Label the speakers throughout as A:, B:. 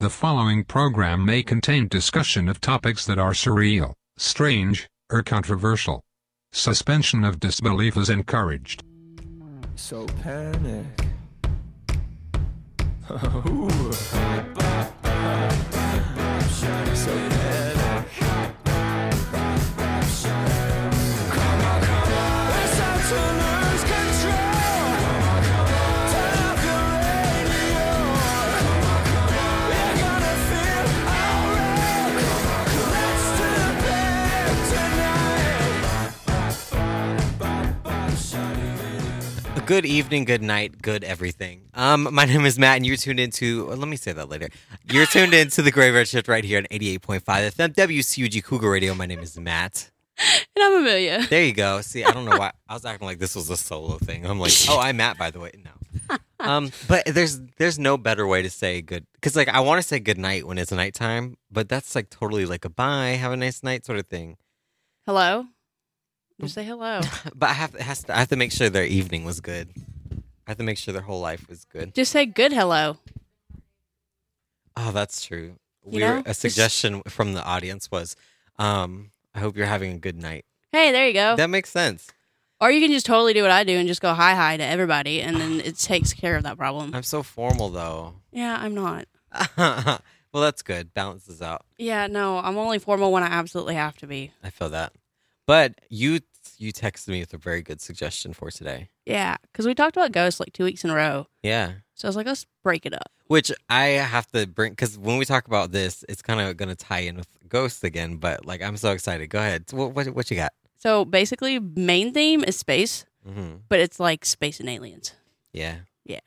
A: The following program may contain discussion of topics that are surreal, strange, or controversial. Suspension of disbelief is encouraged.
B: So panic. Ooh. so panic.
C: Let's out to lose control. Turn off the radio. You're gonna feel alright. Let's do the bed tonight.
D: Good evening, good night, good everything. Um, my name is Matt, and you're tuned into. Let me say that later. You're tuned into the Graveyard Shift right here on 88.5 FM WCUG Cougar Radio. My name is Matt.
E: And I'm Amelia.
D: There you go. See, I don't know why I was acting like this was a solo thing. I'm like, oh, I'm Matt, by the way. No, um, but there's there's no better way to say good because like I want to say good night when it's nighttime, but that's like totally like a bye, have a nice night sort of thing.
E: Hello? Just say hello.
D: But I have it has to, I have to make sure their evening was good. I have to make sure their whole life was good.
E: Just say good hello.
D: Oh, that's true.
E: You
D: we were
E: know,
D: a
E: just-
D: suggestion from the audience was, um, I hope you're having a good night.
E: Hey, there you go.
D: That makes sense.
E: or you can just totally do what I do and just go hi hi to everybody and then it takes care of that problem.
D: I'm so formal though.
E: yeah, I'm not.
D: well, that's good. Balances out.
E: Yeah, no, I'm only formal when I absolutely have to be.
D: I feel that. But you you texted me with a very good suggestion for today.
E: Yeah, because we talked about ghosts like two weeks in a row.
D: Yeah.
E: So I was like, let's break it up.
D: Which I have to bring because when we talk about this, it's kind of going to tie in with ghosts again. But like, I'm so excited. Go ahead. What what, what you got?
E: So basically, main theme is space,
D: hmm
E: but it's like space and aliens.
D: Yeah.
E: Yeah.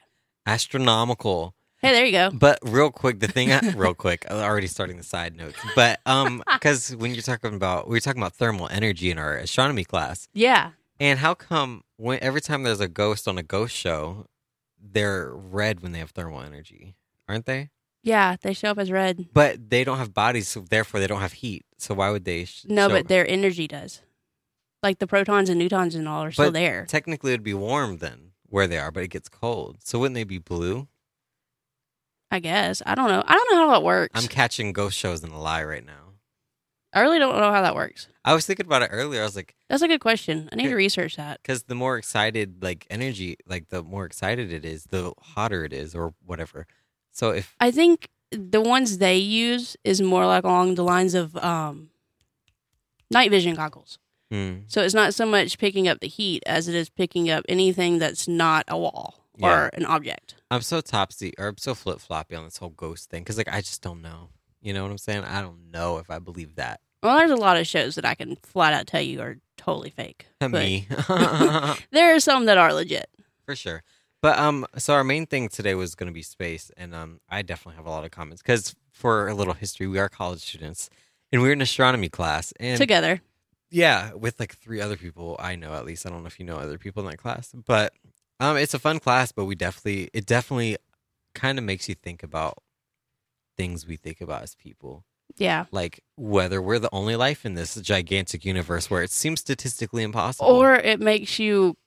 D: Astronomical.
E: Hey, there you go.
D: But real quick, the thing, I, real quick, I'm already starting the side notes. But um, because when you're talking about, we were talking about thermal energy in our astronomy class,
E: Yeah,
D: and how come when every time there's a ghost on a ghost show, they're red when they have thermal energy, aren't they?
E: yeah, they show up as red.
D: But they don't have bodies, so therefore they don't have heat. So why would they? Sh-
E: No,
D: show-
E: but their energy does. Like the protons and neutrons and all are still
D: But
E: there.
D: technically it'd be warm then where they are, but it gets cold. So wouldn't they be blue?
E: I guess. I don't know. I don't know how that works.
D: I'm catching ghost shows in a lie right now.
E: I really don't know how that works.
D: I was thinking about it earlier. I was like.
E: That's a good question. I need to
D: Here.
E: research that.
D: because the more excited like energy like the more excited it is the hotter it is or whatever so if
E: I think the ones they use is more like along the lines of um, night vision goggles.
D: hmm,
E: So it's not so much picking up the heat as it is picking up anything that's not a wall
D: Yeah.
E: or an object.
D: i'm so topsy or i'm so flip-floppy on this whole ghost thing because like i just don't know you know what i'm saying i don't know if i believe that
E: Well, there's a lot of shows that I can flat out tell you are totally fake. but
D: me
E: There are some that are legit.
D: for sure but um so our main thing today was going to be space and um i definitely have a lot of comments because for a little history we are college students and we are in astronomy class and
E: Together.
D: yeah with like three other people i know at least i don't know if you know other people in that class but um it's a fun class but we definitely it definitely kind of makes you think about things we think about as people
E: Yeah.
D: like whether we're the only life in this gigantic universe where it seems statistically impossible
E: Or it makes you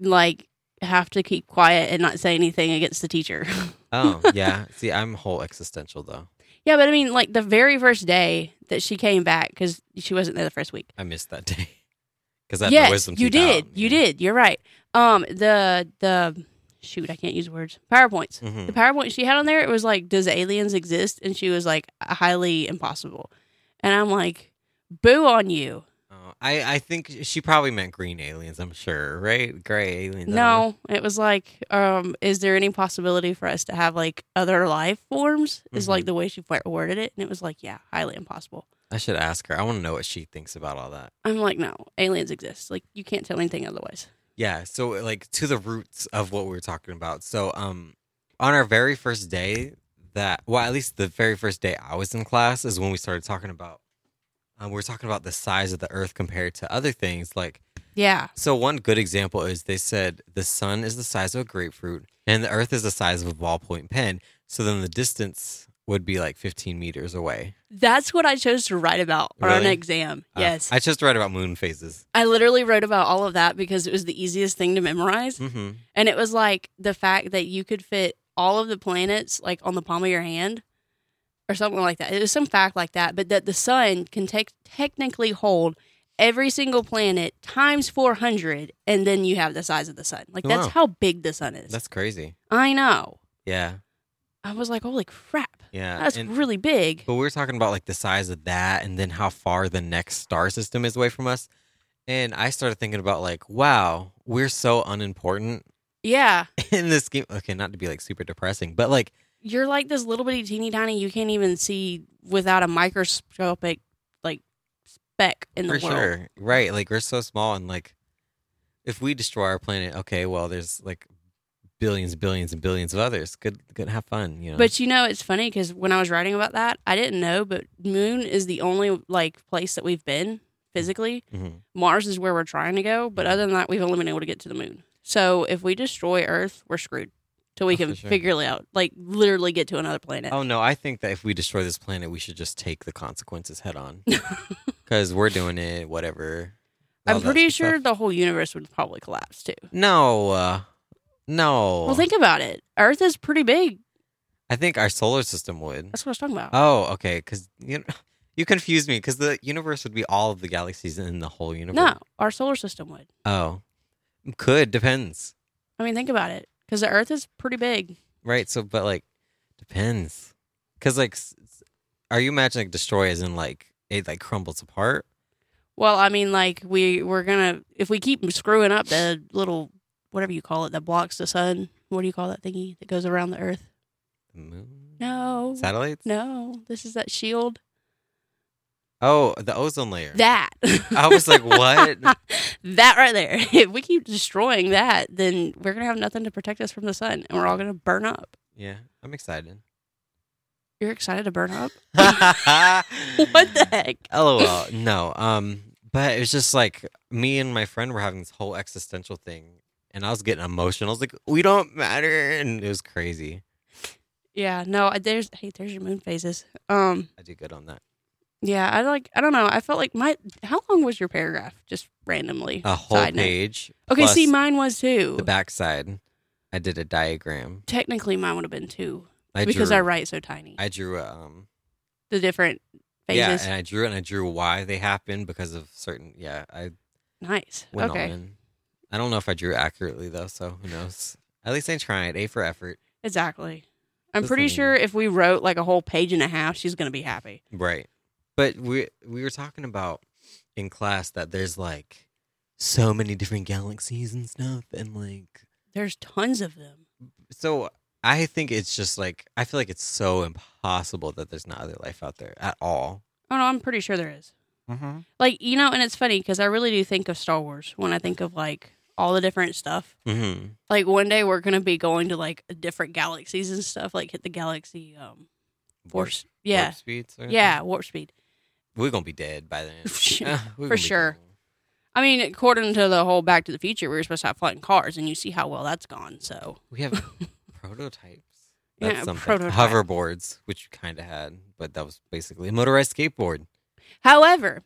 E: like have to keep quiet and not say anything against the teacher.
D: oh yeah see i'm whole existential though
E: yeah, but I mean, like the very first day that she came back because she wasn't there the first week.
D: i missed that day because i had
E: yes,
D: the wisdom
E: you
D: teeth out.
E: did. You did. You're right. Um, the the shoot, I can't use words. Powerpoints.
D: Mhm.
E: The PowerPoint she had on there, it was like, "Does aliens exist?" And she was like, "Uh, "Highly impossible." And I'm like, "Boo on you!"
D: Oh, I, I think she probably meant green aliens i'm sure right gray aliens I don't know.
E: No, it was like, um, "Is there any possibility for us to have like other life forms?" Is
D: Mm-hmm.
E: like the way she wa- worded it, and it was like, "Yeah, highly impossible."
D: i should ask her i want to know what she thinks about all that
E: I'm like, "No, aliens exist. Like, you can't tell anything otherwise."
D: Yeah, so uh, like to the roots of what we were talking about. So um on our very first day that well at least the very first day I was in class is when we started talking about um, we were talking about the size of the earth compared to other things like
E: Yeah,
D: so one good example is they said the sun is the size of a grapefruit and the earth is the size of a ballpoint pen. So then the distance would be like 15 meters away.
E: that's what I chose to write about on an
D: Really?
E: exam.
D: Uh,
E: yes,
D: I just read about moon phases.
E: I literally wrote about all of that because it was the easiest thing to memorize.
D: hmm
E: And it was like the fact that you could fit all of the planets like on the palm of your hand or something like that. It was some fact like that, but that the sun can take technically hold every single planet times 400 and then you have the size of the sun. Like that's
D: Wow.
E: how big the sun is.
D: That's crazy.
E: I know.
D: Yeah.
E: I was like, "Holy crap.
D: Yeah.
E: That's
D: and-
E: really big."
D: But we are talking about like the size of that and then how far the next star system is away from us. And I started thinking about like, wow, we're so unimportant
E: Yeah.
D: in this game. Okay, not to be like super depressing, but like,
E: You're like this little bitty teeny tiny you can't even see without a microscopic like speck in the
D: for
E: world.
D: sure. Right. Like, we're so small. And like, if we destroy our planet, okay, well, there's like billions, billions, and billions of others. Good, good, have fun, you know?
E: But you know, it's funny because when I was writing about that, I didn't know, but Moon is the only like place that we've been physically.
D: Mhm.
E: Mars is where we're trying to go, but other than that, we've only been able to get to the Moon. So if we destroy Earth, we're screwed till we
D: Oh,
E: can
D: for sure.
E: figure it out, like literally get to another planet.
D: Oh no, I think that if we destroy this planet, we should just take the consequences head on. Cuz we're doing it whatever. all
E: I'm
D: that
E: pretty
D: good stuff.
E: sure the whole universe would probably collapse too.
D: No, uh, no.
E: Well, think about it. Earth is pretty big.
D: I think our solar system would.
E: That's what I was talking about.
D: Oh, okay. Because you know, you confused me. Because the universe would be all of the galaxies in the whole universe.
E: no, our solar system would.
D: Oh, could depends.
E: I mean, think about it because the Earth is pretty big.
D: Right. So, but like, depends. Because like, s- s- are you imagining like, destroy as in like it like crumbles apart?
E: Well, I mean, like we we're gonna if we keep screwing up the little whatever you call it that blocks the sun. What do you call that thingy that goes around the Earth?
D: The moon.
E: No,
D: Satellites.
E: no, this is that shield.
D: Oh, the ozone layer.
E: That
D: I was like, what?
E: that right there. If we keep destroying that, then we're gonna have nothing to protect us from the sun, and we're all gonna burn up.
D: yeah, I'm excited.
E: You're excited to burn up?
D: what
E: What the heck?
D: LOL. No. Um, but it was just like me and my friend were having this whole existential thing, and I was getting emotional. I was like, "We don't matter," and it was crazy.
E: Yeah, no, I- there's hey, there's your moon phases. Um,
D: I did good on that.
E: yeah, I like I don't know. I felt like my how long was your paragraph? Just randomly,
D: A whole
E: Side note.
D: page.
E: Okay,
D: Uh, plus
E: see, mine was too.
D: the backside. I did a diagram.
E: Technically, mine would have been two
D: I
E: because
D: drew,
E: I write so tiny.
D: I drew a, um.
E: the different
D: Yeah,
E: phases.
D: and I drew and I drew why they happened because of certain. Yeah, I
E: nice.
D: went
E: okay.
D: on. And I don't know if I drew accurately though, so who knows? At least I tried. A for effort.
E: Exactly. I'm
D: Just
E: pretty
D: thinking.
E: sure if we wrote like a whole page and a half, she's gonna be happy.
D: Right. But we we were talking about in class that there's like so many different galaxies and stuff and like
E: There's tons of them.
D: so I think it's just like I feel like it's so impossible that there's not other life out there at all.
E: Oh no, I'm pretty sure there is. Like you know, and it's funny because I really do think of Star Wars when I think of like all the different stuff.
D: Mm-hmm.
E: Like one day we're gonna be going to like different galaxies and stuff. Like hit the galaxy um force. Yeah, yeah, warp speed.
D: We're gonna be dead by then. Ah, we're gonna
E: For
D: be
E: sure.
D: gone.
E: I mean, according to the whole Back to the Future, we were supposed to have flying cars, and you see how well that's gone. So
D: We have prototypes. That's
E: Yeah,
D: something.
E: prototype.
D: Hoverboards, which you kind of had, but that was basically a motorized skateboard.
E: However,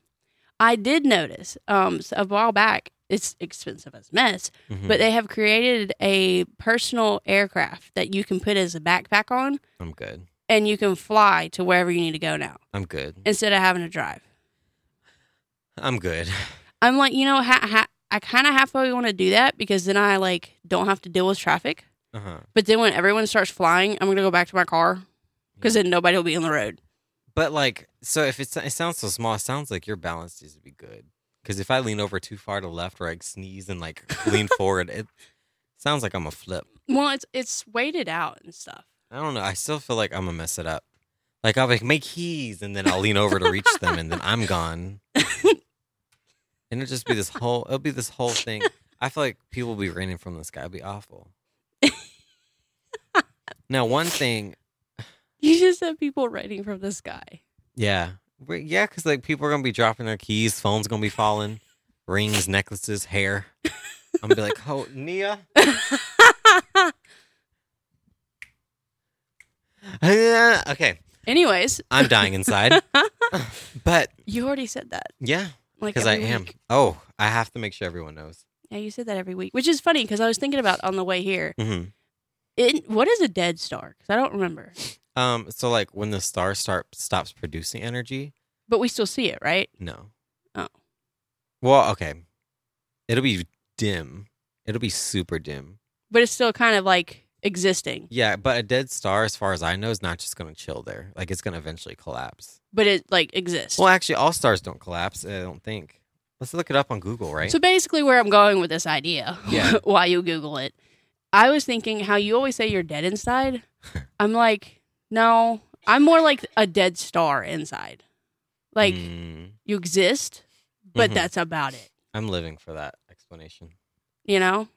E: I did notice um, s- a while back, it's expensive as mess,
D: Mhm.
E: but they have created a personal aircraft that you can put as a backpack on
D: I'm good.
E: and you can fly to wherever you need to go now
D: I'm good.
E: instead of having to drive.
D: I'm good.
E: I'm like, you know, ha- ha- I kind of halfway want to do that because then I like don't have to deal with traffic.
D: Uh huh.
E: But then when everyone starts flying, I'm going to go back to my car because then nobody will be on the road.
D: But like, so if it's it sounds so small, it sounds like your balance needs to be good. Because if I lean over too far to left or I sneeze and like lean forward, it sounds like I'm a flip.
E: Well, it's it's weighted out and stuff.
D: I don't know. I still feel like I'm gonna mess it up. Like I'll be like my keys, and then I'll lean over to reach them, and then I'm gone. and it'll just be this whole. It'll be this whole thing. I feel like people will be raining from the sky. It'll be awful. now, one thing
E: You just have people raining from the sky.
D: Yeah. But yeah, because like people are gonna be dropping their keys, phones gonna be falling, rings, necklaces, hair. I'm gonna be like, oh, Nia. okay,
E: Anyways,
D: I'm dying inside. but
E: you already said that.
D: yeah,
E: Like
D: because I
E: every
D: am.
E: week.
D: Oh, I have to make sure everyone knows.
E: Yeah, you said that every week, which is funny because I was thinking about on the way here.
D: hmm
E: It, what is a dead star? 'Cause I don't remember.
D: Um, so like when the star start stops producing energy,
E: But we still see it, right?
D: no.
E: Oh.
D: Well, okay. It'll be dim. It'll be super dim.
E: But it's still kind of like existing.
D: Yeah, but a dead star, as far as I know, is not just gonna chill there. Like it's gonna eventually collapse.
E: But it like exists.
D: Well, actually, all stars don't collapse. I don't think. Let's look it up on Google, right?
E: So basically, where I'm going with this idea,
D: Yeah.
E: while you Google it, I was thinking how you always say you're dead inside. I'm like, no, I'm more like a dead star inside. Like
D: Mm,
E: you exist, but
D: Mhm.
E: that's about it.
D: I'm living for that explanation.
E: You know?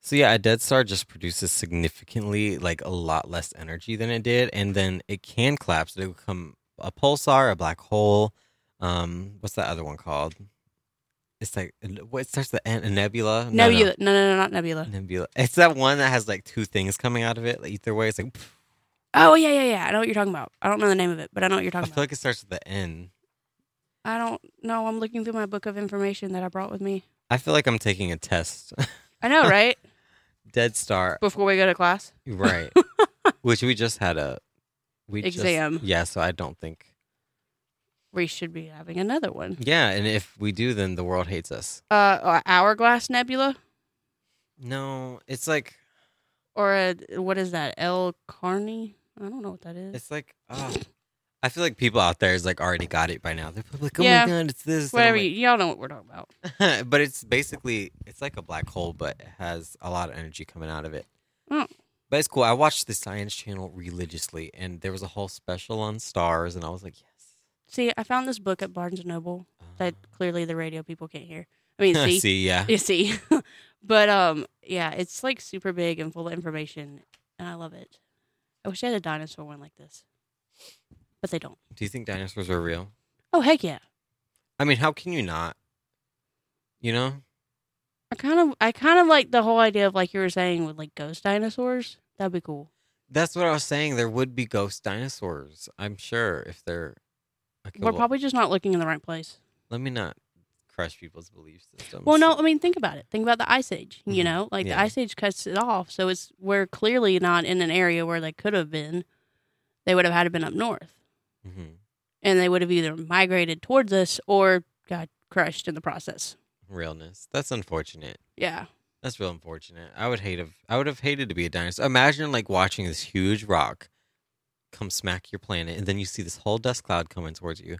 D: So yeah, a dead star just produces significantly like a lot less energy than it did, and then it can collapse. It'll become a pulsar, a black hole. Um, what's that other one called? It's like what it starts with the N- a nebula. No, no.
E: nebula? No, no, no, not nebula.
D: Nebula. It's that one that has like two things coming out of it. Like either way, it's like pff,
E: Oh yeah, yeah, yeah. I know what you're talking about. I don't know the name of it, but I know what you're
D: I
E: talking
D: feel
E: about.
D: like it starts with the N.
E: I don't know. I'm looking through my book of information that I brought with me.
D: I feel like I'm taking a test.
E: I know, right?
D: dead star,
E: Before we go to class.
D: right? Which we just had a we just-
E: Exam.
D: yeah, so I don't think.
E: We should be having another one.
D: Yeah, and if we do, then the world hates us.
E: Uh, hourglass nebula.
D: No, it's like
E: or a, what is that? El Carney? I don't know what that is.
D: it's like oh, I feel like people out there is like already got it by now. They're probably like, oh
E: Yeah.
D: my god, it's this. and I'm
E: Whatever. you, y'all know what we're talking about.
D: like- but it's basically it's like a black hole, but it has a lot of energy coming out of it.
E: Oh.
D: But it's cool. I watched the Science Channel religiously, and there was a whole special on stars, and I was like, yes.
E: See, I found this book at Barnes and Noble
D: Uh,
E: that clearly the radio people can't hear. I mean, see,
D: see, yeah,
E: you see, but um, yeah, it's like super big and full of information, and I love it. I wish I had a dinosaur one like this, but they don't.
D: Do you think dinosaurs are real?
E: Oh heck yeah!
D: I mean, how can you not? You know,
E: I kind of, I kind of like the whole idea of like you were saying with like ghost dinosaurs. That'd be cool.
D: that's what I was saying. There would be ghost dinosaurs, I'm sure, if they're. Okay,
E: We're
D: well-
E: probably just not looking in the right place.
D: let me not crush people's belief systems.
E: Well, no, I mean, think about it. Think about the ice age. You
D: Mhm.
E: know, like the
D: Yeah.
E: ice age cuts it off, so it's we're clearly not in an area where they could have been. They would have had to been up north,
D: Mhm.
E: and they would have either migrated towards us or got crushed in the process.
D: realness. That's unfortunate.
E: Yeah,
D: That's real unfortunate. I would hate. Have, I would have hated to be a dinosaur. Imagine like watching this huge rock come smack your planet, and then you see this whole dust cloud coming towards you.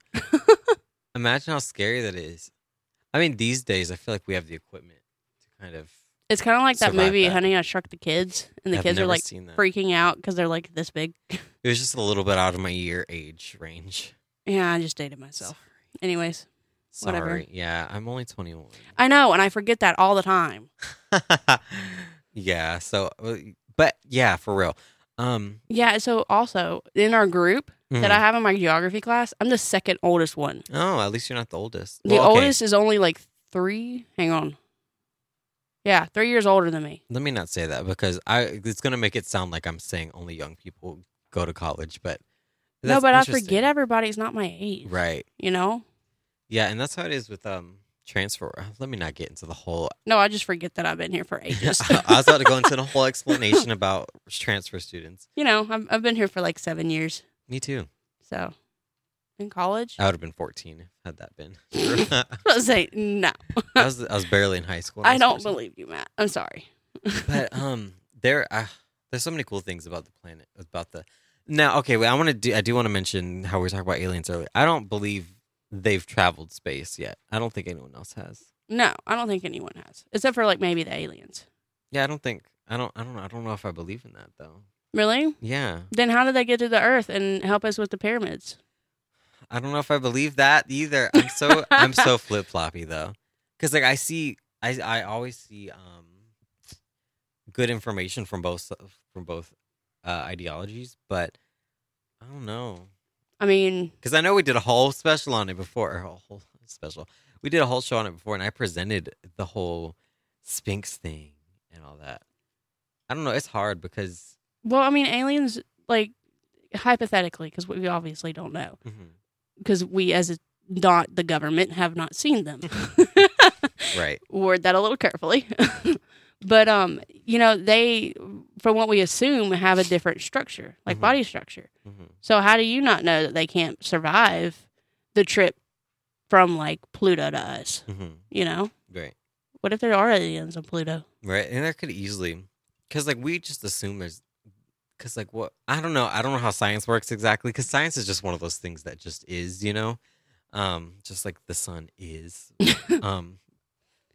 D: Imagine how scary that is. I mean, these days I feel like we have the equipment to kind of.
E: it's kind of like that
D: Survive
E: movie
D: that.
E: "Honey, I Shrunk the Kids," and the
D: I've
E: kids are
D: never
E: like
D: seen that.
E: freaking out because they're like this big.
D: It was just a little bit out of my year age range.
E: yeah, I just dated myself. Anyways,
D: Sorry.
E: Whatever.
D: Yeah, I'm only 21.
E: I know, and I forget that all the time.
D: yeah. So, uh, but yeah, for real. Um,
E: Yeah. So also in our group that
D: mhm.
E: I have in my geography class, I'm the second oldest one.
D: Oh, at least you're not the oldest.
E: The
D: Well, okay,
E: oldest is only like three. Hang on. Yeah, three years older than me.
D: Let me not say that because I it's gonna make it sound like I'm saying only young people go to college, but
E: no,
D: that's
E: but I
D: interesting.
E: forget everybody's not my age.
D: Right.
E: You know?
D: Yeah, and that's how it is with um transfer. Let me not get into the whole.
E: No, I just forget that I've been here for ages.
D: I was about to go into the whole explanation about transfer students.
E: you know, I've, I've been here for like seven years.
D: Me too.
E: So in college,
D: I would have been 14 had that been.
E: I was like, no,
D: I was I was barely in high school. when
E: I
D: was
E: don't
D: 14.
E: believe you, Matt. I'm sorry.
D: but um there uh, there's so many cool things about the planet about the now okay well, i want to do i do want to mention how we were talking about aliens earlier i don't believe they've traveled space yet i don't think anyone else has
E: No, I don't think anyone has, except for like maybe the aliens.
D: yeah i don't think i don't i don't know i don't know if i believe in that though
E: Really?
D: yeah
E: Then how did they get to the Earth and help us with the pyramids?
D: i don't know if i believe that either i'm so i'm so flip-floppy though because like i see i i always see um good information from both from both uh ideologies but i don't know
E: I mean,
D: because I know we did a whole special on it before. A whole special. We did a whole show on it before, and I presented the whole Sphinx thing and all that. I don't know. It's hard because
E: well, I mean, aliens, like hypothetically, because we obviously don't know.
D: Mhm.
E: because we as a, not the government have not seen them.
D: right,
E: Word that a little carefully. But um, you know, they from what we assume have a different structure, like
D: Mhm.
E: body structure.
D: Mhm.
E: So how do you not know that they can't survive the trip from like Pluto to us?
D: Mhm.
E: You know?
D: Right.
E: What if there are aliens on Pluto?
D: Right. And there could easily, because like we just assume there's, because like what, I don't know. I don't know how science works exactly, because science is just one of those things that just is, you know? Um, just like the sun is. um,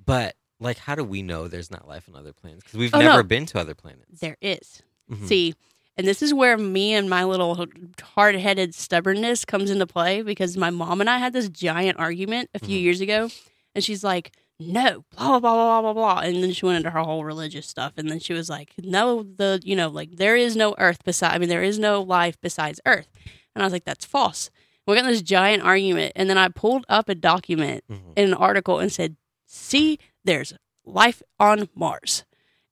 D: but like, how do we know there's not life on other planets? Because we've
E: Oh,
D: never
E: no.
D: been to other planets.
E: There is.
D: Mhm.
E: See, and this is where me and my little hard headed stubbornness comes into play because my mom and I had this giant argument a few
D: Mhm.
E: years ago, and she's like, no, blah, blah, blah, blah, blah, blah. And then she went into her whole religious stuff. And then she was like, no, the, you know, like there is no earth beside, I mean, there is no life besides earth. And I was like, that's false. We got in this giant argument. And then I pulled up a document
D: Mhm.
E: in an article and said, "See, there's life on Mars."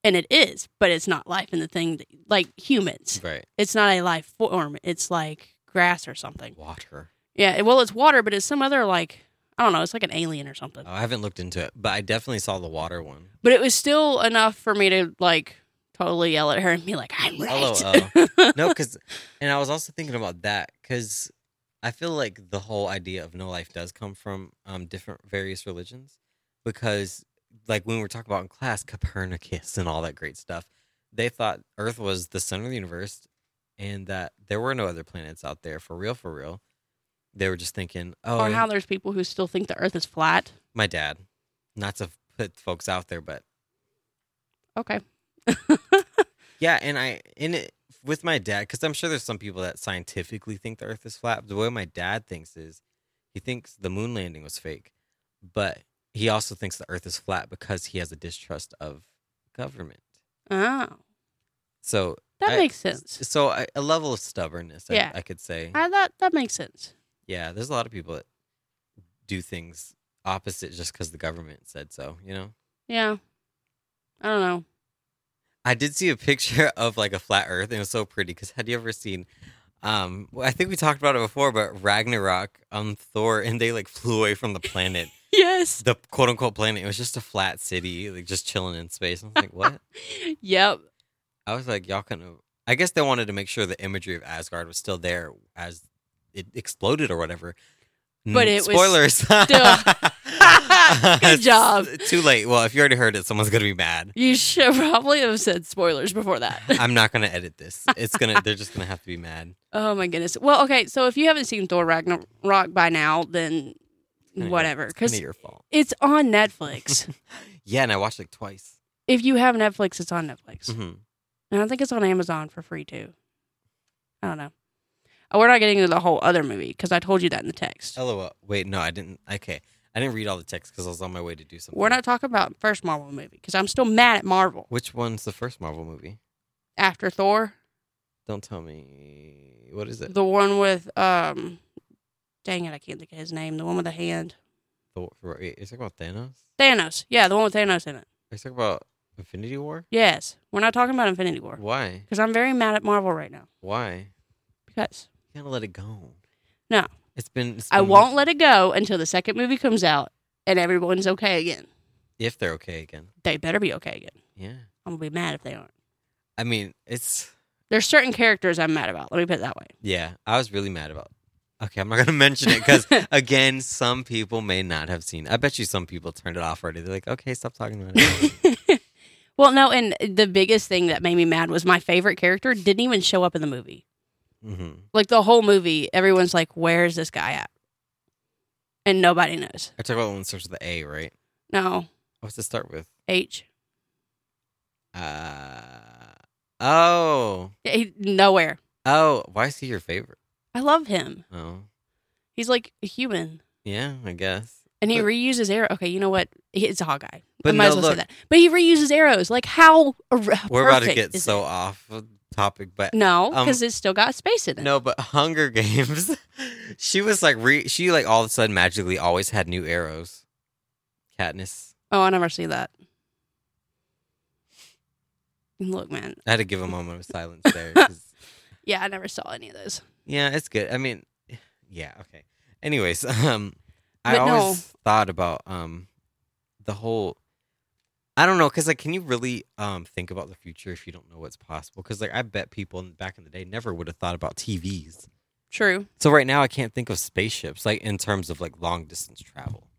E: And it is, but it's not life in the thing that, like humans.
D: Right.
E: It's not a life form. It's like grass or something.
D: Water.
E: Yeah, well, it's water, but it's some other like I don't know, it's like an alien or something.
D: Oh, I haven't looked into it, but I definitely saw the water one.
E: But it was still enough for me to like totally yell at her and be like, "I'm right."
D: LOL. No, because, and I was also thinking about that because I feel like the whole idea of no life does come from um, different various religions because, like, when we were talking about in class, Copernicus and all that great stuff, they thought Earth was the center of the universe and that there were no other planets out there for real, for real. They were just thinking, oh,
E: or
D: and-
E: how there's people who still think the Earth is flat.
D: my dad, not to put folks out there, but
E: Okay.
D: Yeah, and I in it with my dad because I'm sure there's some people that scientifically think the Earth is flat. The way my dad thinks is he thinks the moon landing was fake, but he also thinks the Earth is flat because he has a distrust of government.
E: Oh,
D: So
E: that
D: I-
E: makes sense.
D: So I- a level of stubbornness, I,
E: Yeah.
D: I could say.
E: I, that that makes sense.
D: yeah, there's a lot of people that do things opposite just because the government said so. You know.
E: Yeah. I don't know.
D: I did see a picture of like a flat Earth, and it was so pretty. Because had you ever seen? Um, well, I think we talked about it before, but Ragnarok, um, Thor, and they like flew away from the planet,
E: Yes.
D: the quote unquote planet. It was just a flat city, like just chilling in space. I was like, what?
E: Yep.
D: I was like, y'all couldn't. have- I guess they wanted to make sure the imagery of Asgard was still there as it exploded or whatever.
E: But
D: Mm,
E: it was
D: spoilers.
E: still- Good job.
D: Too late. Well, if you already heard it, someone's gonna be mad.
E: You should probably have said spoilers before that.
D: I'm not gonna edit this. It's gonna. They're just gonna have to be mad.
E: oh my goodness. Well, okay. So if you haven't seen Thor Ragnarok by now, then
D: Kinda your-
E: whatever,
D: it's
E: because
D: kinda your fault.
E: it's on Netflix.
D: Yeah, and I watched like twice.
E: if you have Netflix, it's on Netflix,
D: Mhm.
E: and I think it's on Amazon for free too. I don't know. Oh, We're not getting into the whole other movie because I told you that in the text.
D: LOL. Wait, no, I didn't. Okay, I didn't read all the text because I was on my way to do something.
E: We're not talking about first Marvel movie because I'm still mad at Marvel
D: Which one's the first Marvel movie?
E: after Thor,
D: Don't tell me. What is it?
E: the one with um, dang it, I can't think of his name. The one with the hand,
D: Thor- Wait, are you talking about Thanos?
E: Thanos. Yeah, the one with Thanos in it.
D: Are you talking about Infinity War?
E: Yes, we're not talking about Infinity War
D: Why?
E: because I'm very mad at Marvel right now
D: Why?
E: because
D: You gotta let it go.
E: No.
D: It's been. it's
E: I
D: been-
E: won't let it go until the second movie comes out and everyone's okay again.
D: If they're okay again.
E: They better be okay again.
D: Yeah.
E: I'm gonna be mad if they aren't.
D: I mean, it's.
E: There's certain characters I'm mad about. Let me put it that way.
D: Yeah, I was really mad about. Okay, I'm not gonna mention it because again, some people may not have seen. I bet you some people turned it off already. They're like, okay, stop talking about it.
E: Well, no, and the biggest thing that made me mad was my favorite character didn't even show up in the movie.
D: mm-hmm.
E: Like the whole movie, everyone's like, "Where's this guy at?" And nobody knows.
D: I talk about the one that starts with the A, right?
E: No,
D: What's it start with?
E: H.
D: Uh oh.
E: He, nowhere.
D: Oh, why is he your favorite?
E: I love him.
D: Oh.
E: He's like a human.
D: Yeah, I guess.
E: And he
D: But-
E: reuses arrows. Okay, you know what? He- It's a Hawkeye.
D: But
E: I might
D: no,
E: as well
D: look.
E: say that. But he reuses arrows. Like how er-
D: We're about to
E: perfect
D: get
E: is
D: so
E: it?
D: off of topic, but
E: no
D: um,
E: because it's still got space in it.
D: no, but Hunger Games. she was like re she like all of a sudden magically always had new arrows. Katniss.
E: Oh, I never see that. Look, man.
D: I had to give a moment of silence there. 'cause-
E: Yeah, I never saw any of those.
D: yeah, it's good. I mean, yeah, okay. Anyways, um I
E: But no.
D: always thought about um the whole I don't know, because like, can you really um think about the future if you don't know what's possible? Because like, I bet people in, back in the day never would have thought about TVs.
E: True.
D: So right now, I can't think of spaceships like in terms of like long distance travel.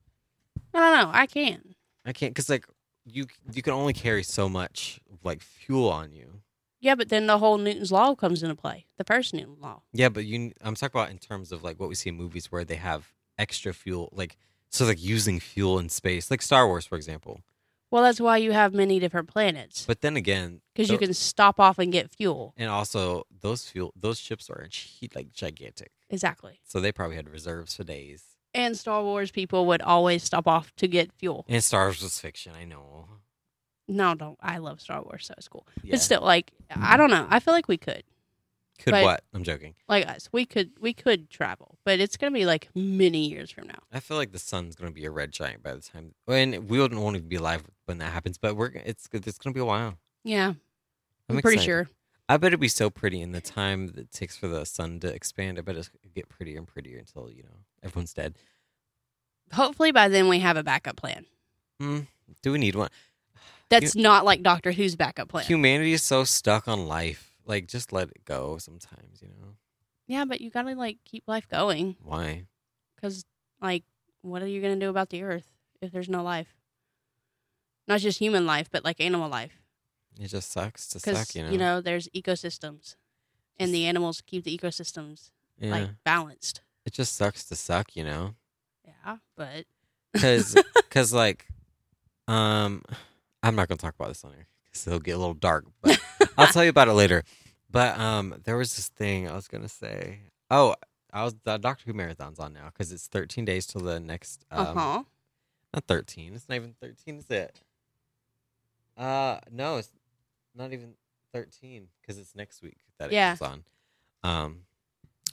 E: I don't know. I can.
D: I can't because like you you can only carry so much like fuel on you.
E: Yeah, but then the whole Newton's law comes into play. The first Newton law.
D: Yeah, but you I'm talking about in terms of like what we see in movies where they have extra fuel, like so like using fuel in space, like Star Wars for example.
E: Well, that's why you have many different planets
D: But then again,
E: because you
D: tho-
E: can stop off and get fuel.
D: and also those fuel those ships are gi- like gigantic,
E: Exactly.
D: so they probably had reserves for days.
E: And Star Wars people would always stop off to get fuel.
D: And Star Wars was fiction, I know.
E: No, don't. I love Star Wars, so it's cool.
D: Yeah. Mm-hmm.
E: But still, like, I don't know. I feel like we could,
D: Could
E: but-
D: what? I'm joking.
E: like us, we could, we could travel, but it's gonna be like many years from now.
D: I feel like the sun's gonna be a red giant by the time, and we wouldn't want to be alive when that happens. But we're it's it's gonna be a while.
E: Yeah, I'm,
D: I'm
E: pretty
D: excited.
E: sure.
D: I bet it'd be so pretty in the time that it takes for the sun to expand. I bet it's gonna get prettier and prettier until, you know, everyone's dead.
E: Hopefully, by then we have a backup plan.
D: Hmm, Do we need one?
E: That's not like Doctor Who's backup plan.
D: Humanity is so stuck on life. Like, just let it go sometimes, you know?
E: yeah, but you gotta like keep life going
D: Why?
E: because, like, what are you gonna do about the Earth if there's no life? Not just human life, but like animal life.
D: It just sucks to
E: because
D: suck,
E: you
D: you
E: know?
D: know?
E: there's ecosystems and the animals keep the ecosystems
D: yeah.
E: like balanced
D: it just sucks to suck, you know?
E: yeah but
D: Because, cause, like, um, I'm not going to talk about this on here because it'll get a little dark, but I'll tell you about it later. But um, there was this thing I was going to say. Oh, I was the Doctor Who marathon's on now because it's 13 days till the next um,
E: uh-huh
D: Not 13. It's not even 13, is it? Uh, no, it's not even 13 because it's next week that it
E: Yeah.
D: comes on. Um,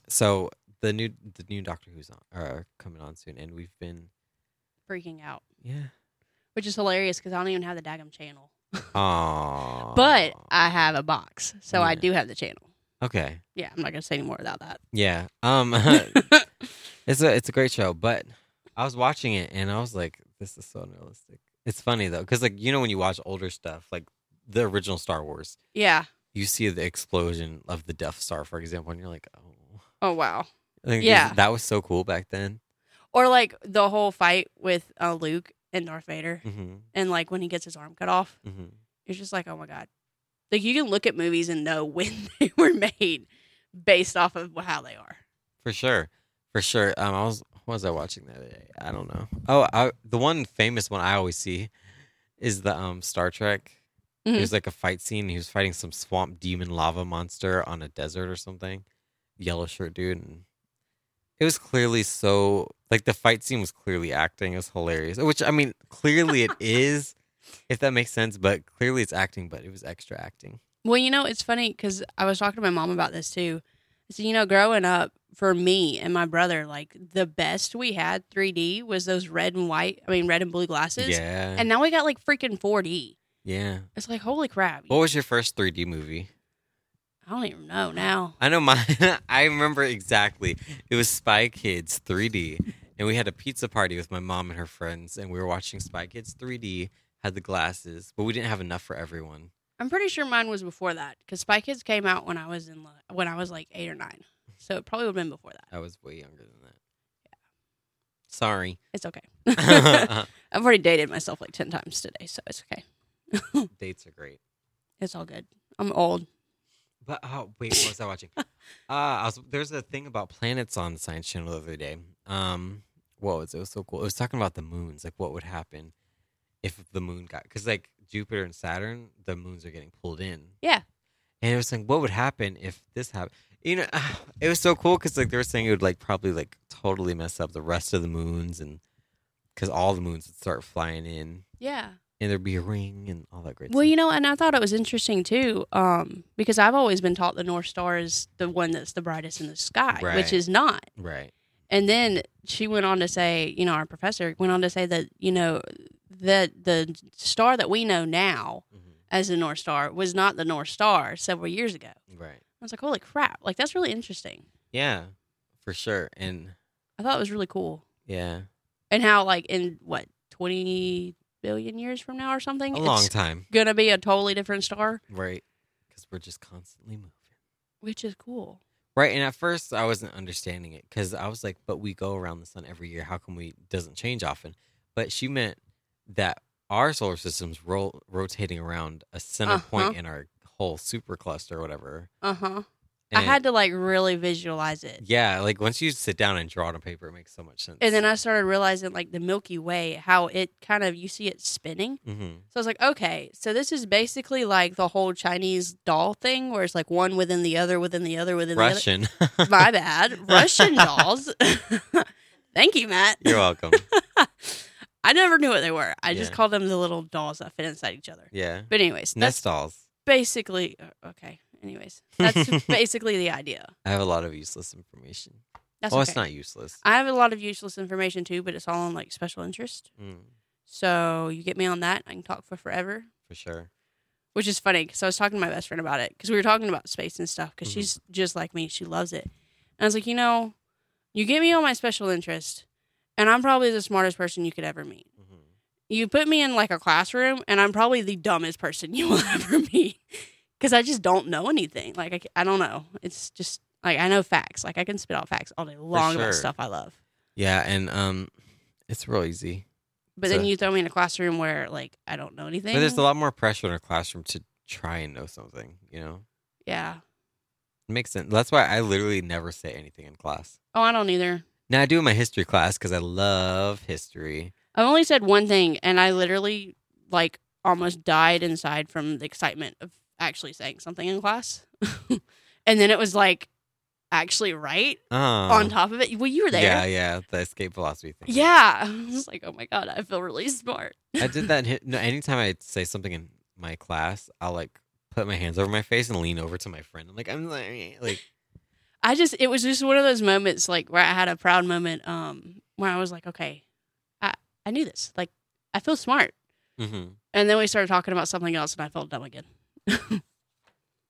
D: so the new the new Doctor Who's on are coming on soon, and we've been
E: freaking out
D: yeah.
E: which is hilarious because i don't even have the daggum channel
D: Aww.
E: but i have a box so i
D: Yeah.
E: do have the channel
D: okay,
E: yeah i'm not gonna say any more about that
D: yeah. Um, it's a it's a great show, but I was watching it and I was like, this is so unrealistic. It's funny though, because like you know when you watch older stuff, like the original Star Wars,
E: yeah
D: you see the explosion of the Death Star, for example, and you're like, oh,
E: oh wow
D: Like, this-
E: Yeah.
D: that was so cool back then.
E: or like the whole fight with uh, luke and darth vader
D: hmm
E: and like when he gets his arm cut off
D: hmm
E: it's just like oh my god like you can look at movies and know when they were made based off of how they are
D: For sure, for sure. Um, I was what was I watching the other day? I don't know. Oh, I, the one famous one I always see is the um Star Trek.
E: Mhm.
D: There's like a fight scene. He was fighting some swamp demon lava monster on a desert or something. Yellow shirt dude, and it was clearly so like the fight scene was clearly acting. It was hilarious. Which I mean, clearly it is, if that makes sense. But clearly it's acting, but it was extra acting.
E: Well, you know, it's funny because I was talking to my mom about this too. So, you know, growing up for me and my brother, like the best we had 3D was those red and white, I mean, red and blue glasses.
D: Yeah,
E: And now we got like freaking 4D.
D: yeah.
E: It's like, holy crap.
D: What was your first 3D movie?
E: I don't even know now.
D: I know mine. I remember exactly. It was Spy Kids 3D, and we had a pizza party with my mom and her friends, and we were watching Spy Kids 3D. Had the glasses, but we didn't have enough for everyone.
E: I'm pretty sure mine was before that because Spy Kids came out when I was in, li- when I was like eight or nine. So it probably would have been before that.
D: I was way younger than that. Sorry.
E: It's okay. I've already dated myself like 10 times today. So it's okay.
D: Dates are great.
E: It's all good. I'm old.
D: But oh wait, what was I watching? uh, I was, there's a thing about planets on the Science Channel the other day. Um, what was it? It was so cool. It was talking about the moons, like what would happen if the moon got because like Jupiter and Saturn, the moons are getting pulled in.
E: Yeah.
D: and it was saying what would happen if this happened. You know, it was so cool because like they were saying it would like probably like totally mess up the rest of the moons and because all the moons would start flying in
E: Yeah.
D: and there'd be a ring and all that great.
E: Well,
D: stuff.
E: you know, and I thought it was interesting too, um, because I've always been taught the North Star is the one that's the brightest in the sky, which
D: Right.
E: is not.
D: right?
E: And then she went on to say, you know, our professor went on to say that, you know, that the star that we know now
D: hmm
E: as the North Star was not the North Star several years ago. I
D: Right.
E: was like, holy crap. Like, that's really interesting.
D: Yeah, for sure. And
E: I thought it was really cool.
D: yeah,
E: And how, like, in what, 20, billion years from now or something,
D: a long
E: it's
D: time,
E: gonna be a totally different star,
D: right? Because we're just constantly moving.
E: which is cool.
D: Right, and at first I wasn't understanding it because I was like, "But we go around the sun every year. How come we doesn't change often?" But she meant that our solar system's ro- rotating around a center point
E: Uh-huh.
D: in our whole supercluster or whatever.
E: Uh huh. I had to like really visualize it.
D: yeah, like once you sit down and draw it on paper, it makes so much sense.
E: And then I started realizing like the Milky Way, how it kind of you see it spinning.
D: hmm
E: So I was like, okay, so this is basically like the whole Chinese doll thing, where it's like one within the other, within the other, within
D: Russian.
E: the other. My bad, Russian dolls. Thank you, Matt.
D: You're welcome.
E: I never knew what they were. I just
D: Yeah.
E: called them the little dolls that fit inside each other.
D: Yeah,
E: But anyways, that's
D: nest dolls.
E: basically uh, okay. Anyways, that's basically the idea.
D: I have a lot of useless information.
E: That's
D: well,
E: okay.
D: Oh, it's not useless.
E: I have a lot of useless information too, but it's all on like special interest.
D: Mm,
E: So you get me on that, I can talk for forever.
D: for sure.
E: which is funny because I was talking to my best friend about it because we were talking about space and stuff because
D: Mhm.
E: she's just like me. She loves it. And I was like, you know, you get me on my special interest, and I'm probably the smartest person you could ever meet.
D: Mhm.
E: You put me in like a classroom, and I'm probably the dumbest person you will ever meet because I just don't know anything. Like, I, c- I don't know. It's just like I know facts. Like, I can spit out facts all day long
D: sure.
E: about stuff I love.
D: Yeah, and um, it's real easy.
E: But then
D: So-
E: you throw me in a classroom where like I don't know anything.
D: But there's a lot more pressure in a classroom to try and know something, you know?
E: Yeah.
D: It makes sense. That's why I literally never say anything in class.
E: Oh, I don't either.
D: Now I do in my history class because I love history.
E: I've only said one thing, and I literally like almost died inside from the excitement of actually saying something in class. and then it was like actually right
D: Oh.
E: on top of it. Well, you were there.
D: Yeah,
E: Yeah.
D: yeah. The escape velocity thing.
E: I was like, oh my God, I feel really smart.
D: I did that. In, hi- no, anytime I say something in my class, I'll like put my hands over my face and lean over to my friend. I'm like, I'm sorry. Like,
E: I just, it was just one of those moments like where I had a proud moment um, where I was like, okay, I, I knew this. Like, I feel smart.
D: mhm.
E: And then we started talking about something else, and I felt dumb again.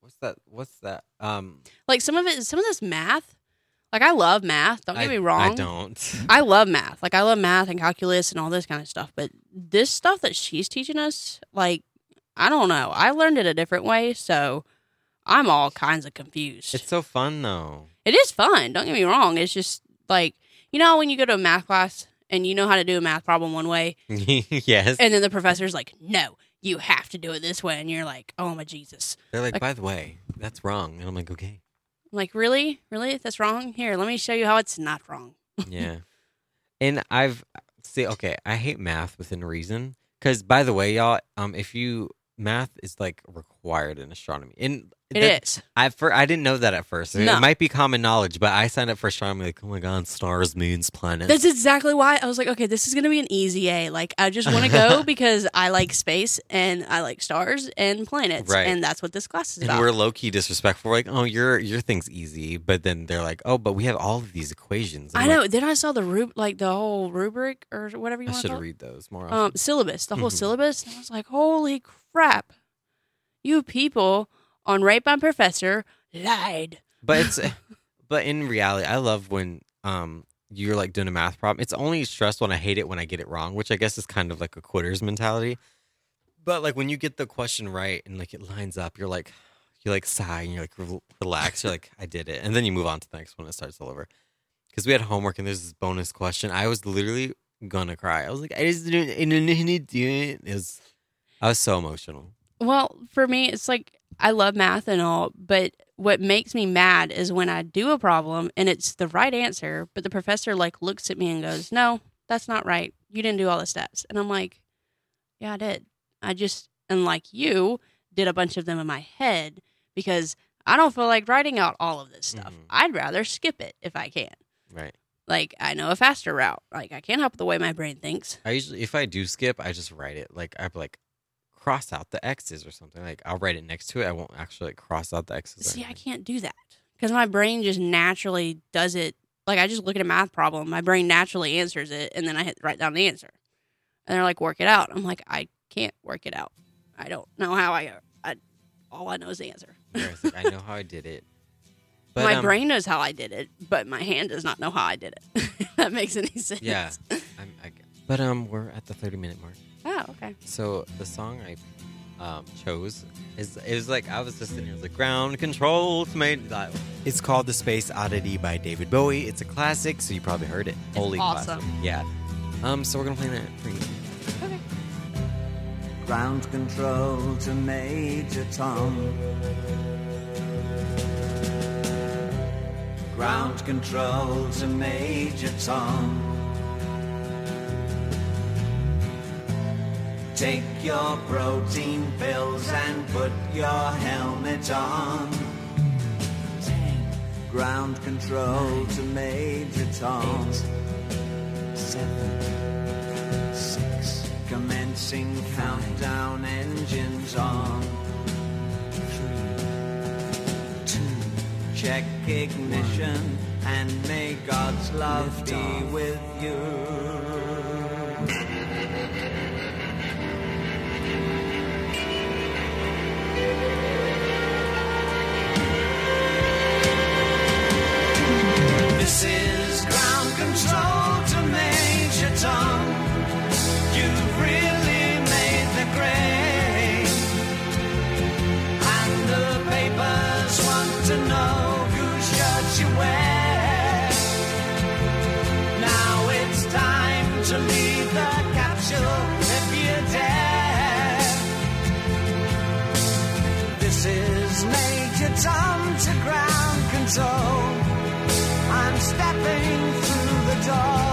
D: what's that? What's that? Um,
E: Like, some of it, some of this math, like, I love math. Don't get
D: I,
E: me wrong.
D: I don't.
E: I love math. Like I love math and calculus and all this kind of stuff. But this stuff that she's teaching us, like I don't know. I learned it a different way, so I'm all kinds of confused.
D: It's so fun though.
E: It is fun. Don't get me wrong. It's just like you know when you go to a math class and you know how to do a math problem one way,
D: yes.
E: and then the professor's like, "No, you have to do it this way," and you're like, "Oh my Jesus!"
D: They're like,
E: like-
D: by the way, that's wrong. And I'm like, okay.
E: I'm like, "Really, really? That's wrong." Here, let me show you how it's not wrong.
D: Yeah. And I've see okay, I hate math within reason cuz by the way y'all um if you math is like required in astronomy. And
E: It is.
D: that- I for I didn't know that at first. It- It
E: No.
D: might be common knowledge, but I signed up for astronomy like, "Oh my god, stars, moons, planets."
E: That's exactly why I was like, okay, this is gonna be an easy A. Like, I just want to go because I like space and I like stars and planets,
D: Right.
E: and that's what this class is
D: and
E: about.
D: we're low key disrespectful. We're like, "Oh, your your thing's easy." But then they're like, "Oh, but we have all of these equations." I'm
E: I
D: like,
E: know. Then I saw the rub- like the whole rubric or whatever you
D: I
E: want to
D: should
E: call it,
D: read those more often.
E: um, syllabus, the whole
D: Mhm.
E: syllabus, and I was like, holy crap, you people on rape by professor lied.
D: But it's but in reality, I love when um you're like doing a math problem. It's only stressful and I hate it when I get it wrong, which I guess is kind of like a quitter's mentality. But like when you get the question right and like it lines up, you're like you like sigh and you're like rel- relax. You're like I did it, and then you move on to the next one. It starts all over. Because we had homework and there's this bonus question. I was literally gonna cry. I was like I just didn't I didn't do it. It was I was so emotional.
E: Well, for me, it's like I love math and all, but what makes me mad is when I do a problem and it's the right answer, but the professor like looks at me and goes, "No, that's not right. You didn't do all the steps." And I'm like, "Yeah, I did. I just and like you did a bunch of them in my head because I don't feel like writing out all of this stuff.
D: Mhm.
E: I'd rather skip it if I can.
D: Right.
E: Like I know a faster route. Like I can't help the way my brain thinks.
D: I usually, if I do skip, I just write it. Like I like cross out the X's or something. Like I'll write it next to it. I won't actually like cross out the X's. or
E: See, I
D: anything.
E: can't do that because my brain just naturally does it. Like I just look at a math problem, my brain naturally answers it, and then I hit write down the answer. And they're like, "Work it out." I'm like, "I can't work it out. I don't know how I. I all I know is the answer.
D: Whereas, like, I know how I did it. But,
E: my
D: um,
E: brain knows how I did it, but my hand does not know how I did it. if that makes any sense.
D: Yeah. I'm, I, but um, we're at the thirty minute mark.
E: Oh, okay.
D: So the song I um, chose is it was like I was just sitting here, it was like ground control to my. Like, it's called "The Space Oddity" by David Bowie. It's a classic, so you probably heard it. Holy
E: awesome.
D: classic! Yeah. Um. So we're gonna play that for you.
F: Ground control to Major Tom. Ground control to Major Tom. Take your protein pills and put your helmet on. Ground control to Major Tom. Seven, six. Commencing countdown engines on. Three, two. Check ignition and may God's love be with you. This is ground control to Major Tom. You've really made the grade. And the papers want to know whose shirt you wear. Now it's time to leave the capsule if you dare. This is Major Tom to ground control. I'm stepping through the door.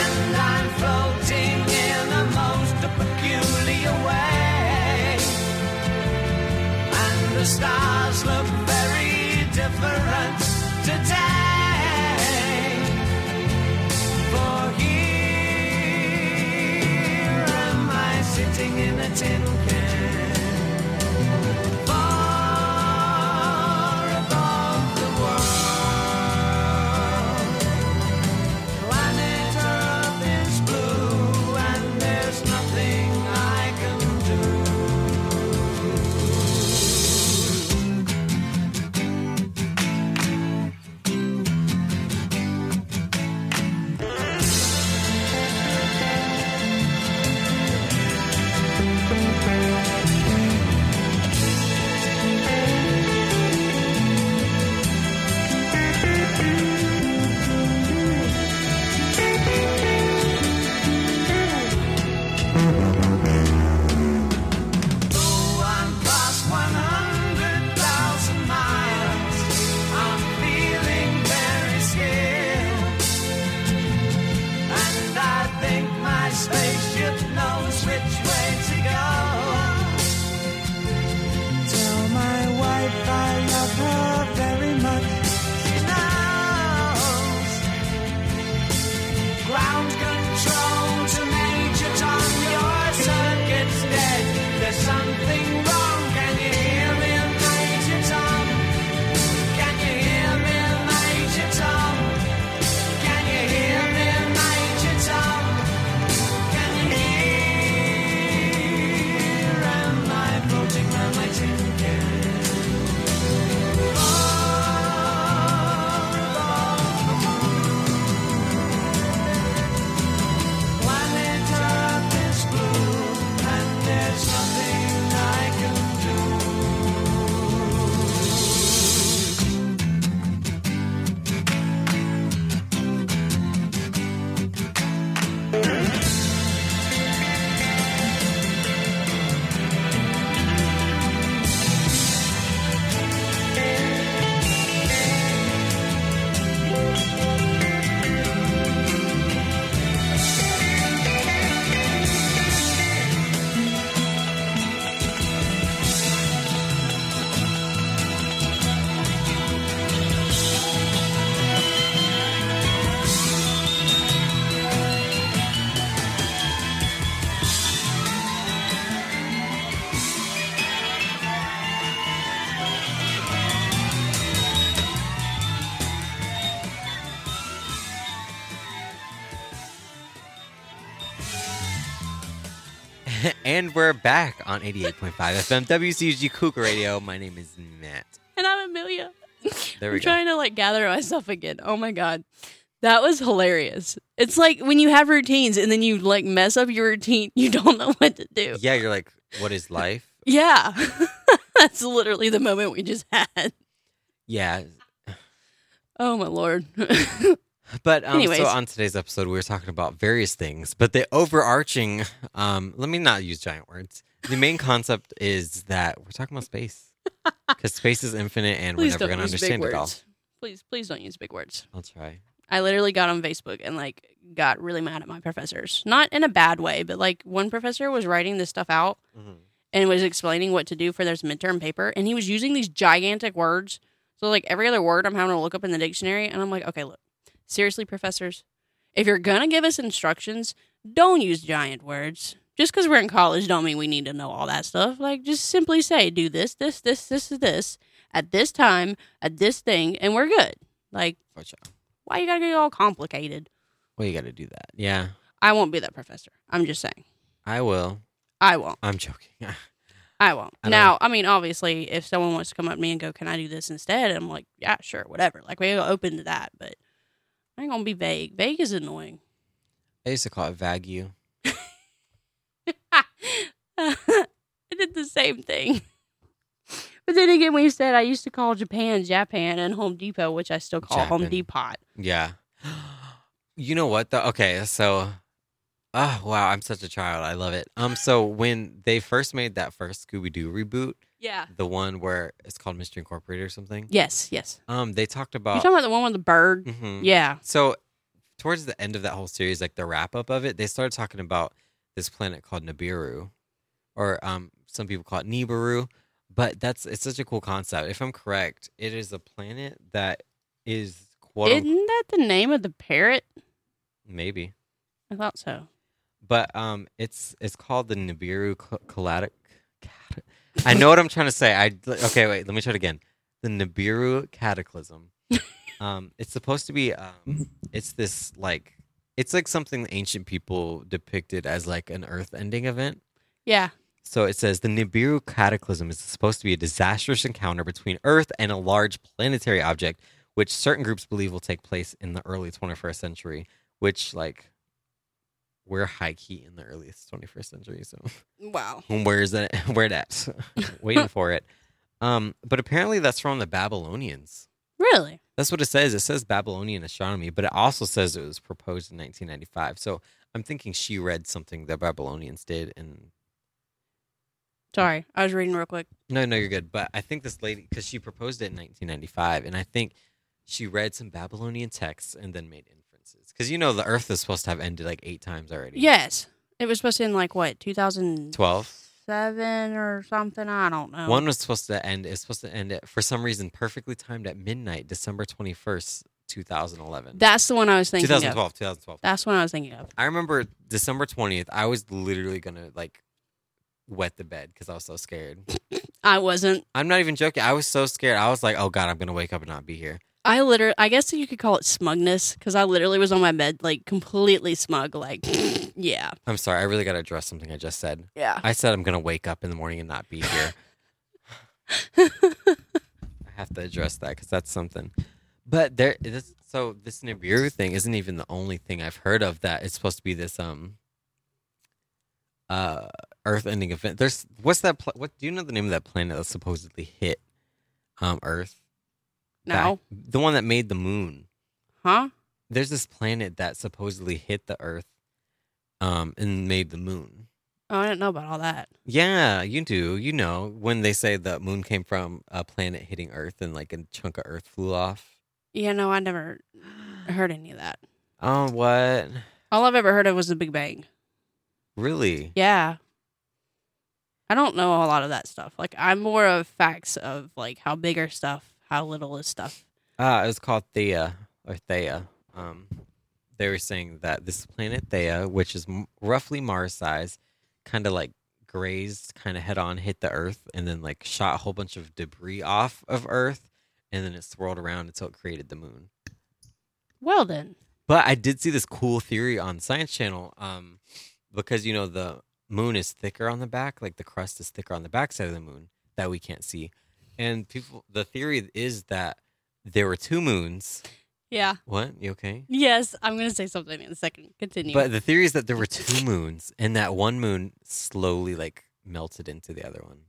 F: And I'm floating in a most peculiar way. And the stars look very different today. For here am I sitting in a tin can far above the world. Planet Earth is blue, and there's nothing I can do. Though I'm past 100,000 miles, I'm feeling very scared. And I think my spaceship knows which way to go. Tell my wife I love her very much. She knows. Ground control to Major Tom, your circuit's dead. There's something wrong. Can you hear me, Major Tom? Can you hear me, Major Tom? Can you hear me, Major Tom? Can you hear? Am I floating on my tin can? Far above Planet Earth is blue, and there's nothing I can do.
D: and we're back on 88.5 FM WCG Cougar Radio. My name is Matt.
E: And I'm Amelia.
D: There we go.
E: I'm trying to like gather myself again. Oh my god. That was hilarious. It's like when you have routines and then you like mess up your routine, you don't know what to do.
D: Yeah, you're like, what is life?
E: Yeah. That's literally the moment we just had.
D: Yeah.
E: Oh my lord.
D: But um,
E: Anyways.
D: so on today's episode, we were talking about various things, but the overarching, um, let me not use giant words. The main concept is that we're talking about space because space is infinite and
E: please
D: we're never
E: don't
D: going to
E: use
D: understand
E: big
D: it all.
E: words. Please, please don't use big words.
D: I'll try.
E: I literally got on Facebook and like got really mad at my professors. Not in a bad way, but like one professor was writing this stuff out and was explaining what to do for this midterm paper and he was using these gigantic words so like every other word i'm having to look up in the dictionary and i'm like okay look seriously professors if you're gonna give us instructions don't use giant words just because we're in college don't mean we need to know all that stuff like just simply say do this this this this this at this time at this thing and we're good like
D: Gotcha.
E: why you gotta get all complicated
D: Well, you got to do that. Yeah,
E: i won't be that professor i'm just saying
D: I will.
E: i won't
D: I'm joking.
E: I won't.
D: I don't-
E: now, I mean, obviously, if someone wants to come up to me and go, "Can I do this instead?" I'm like, "Yeah, sure, whatever." Like we're open to that, but I ain't gonna be vague. Vague is annoying.
D: I used to call it vague.
E: I did the same thing, but then again, we said I used to call Japan Japan and Home Depot, which I still call Home
D: Japan.
E: Depot.
D: Yeah. You know what though? Okay, so oh wow, I'm such a child. I love it. Um so when they first made that first Scooby Doo reboot,
E: Yeah.
D: the one where it's called Mystery Incorporated or something.
E: Yes. Yes.
D: Um they talked
E: You're
D: about
E: talking about the one with the bird.
D: Mhm.
E: Yeah.
D: So towards the end of that whole series, like the wrap up of it, they started talking about this planet called Nibiru. Or um some people call it Nibiru. But that's it's such a cool concept. If I'm correct, it is a planet that is quote unquote,
E: Isn't that the name of the parrot?
D: maybe.
E: I thought so.
D: but um, it's it's called the Nibiru Col- Colatic. Cat- I know what I'm trying to say. I okay, wait. Let me try it again. The Nibiru Cataclysm. um, it's supposed to be. Um, it's this like it's like something ancient people depicted as like an Earth-ending event.
E: Yeah.
D: So it says the Nibiru cataclysm is supposed to be a disastrous encounter between Earth and a large planetary object, which certain groups believe will take place in the early 21st century. Which, like, we're high key in the earliest 21st century. So
E: Wow.
D: where is that? Where that? Waiting for it. Um, but apparently that's from the Babylonians.
E: Really?
D: That's what it says. It says Babylonian astronomy, but it also says it was proposed in 1995. So I'm thinking she read something that Babylonians did and
E: Sorry, I was reading real quick.
D: No, no, you're good. But I think this lady, because she proposed it in 1995, and I think she read some Babylonian texts and then made inferences. Because you know the Earth is supposed to have ended like eight times already.
E: Yes. It was supposed to end like what, 2000?
D: Twelve.
E: Seven or something. I don't know.
D: One was supposed to end. It's supposed to end at, for some reason perfectly timed at midnight, December 21st, 2011.
E: That's the one I was thinking of.
D: 2012, 2012.
E: That's the one I was thinking of.
D: I remember December 20th. I was literally gonna like wet the bed because I was so scared.
E: I wasn't.
D: I'm not even joking. I was so scared. I was like, oh god, I'm gonna wake up and not be here.
E: I literally, I guess you could call it smugness because I literally was on my bed like completely smug. Like, yeah.
D: I'm sorry. I really got to address something I just said.
E: Yeah.
D: I said I'm going to wake up in the morning and not be here. I have to address that because that's something. But there, this, so this Nibiru thing isn't even the only thing I've heard of that it's supposed to be this um uh Earth-ending event. There's what's that? Pl- what do you know the name of that planet that supposedly hit um Earth?
E: No.
D: Back- the one that made the moon
E: Huh?
D: there's this planet that supposedly hit the Earth, um, and made the moon.
E: Oh, I didn't know about all that.
D: Yeah, you do. You know when they say the moon came from a planet hitting Earth and like a chunk of Earth flew off.
E: Yeah, no, I never heard any of that.
D: Oh, what?
E: All I've ever heard of was the Big Bang.
D: Really?
E: Yeah. I don't know a lot of that stuff. Like, I'm more of facts of like how big is stuff, how little is stuff.
D: Uh, it was called Thea or Thea. Um, they were saying that this planet Thea, which is m- roughly Mars size, kind of like grazed, kind of head on, hit the Earth, and then like shot a whole bunch of debris off of Earth, and then it swirled around until it created the moon.
E: Well, then.
D: But I did see this cool theory on Science Channel, um, because you know the moon is thicker on the back, like the crust is thicker on the back side of the moon that we can't see, and people. The theory is that there were two moons,
E: Yeah.
D: What? You okay?
E: Yes, I'm gonna say something in a second. Continue.
D: But the theory is that there were two moons, and that one moon slowly like melted into the other one,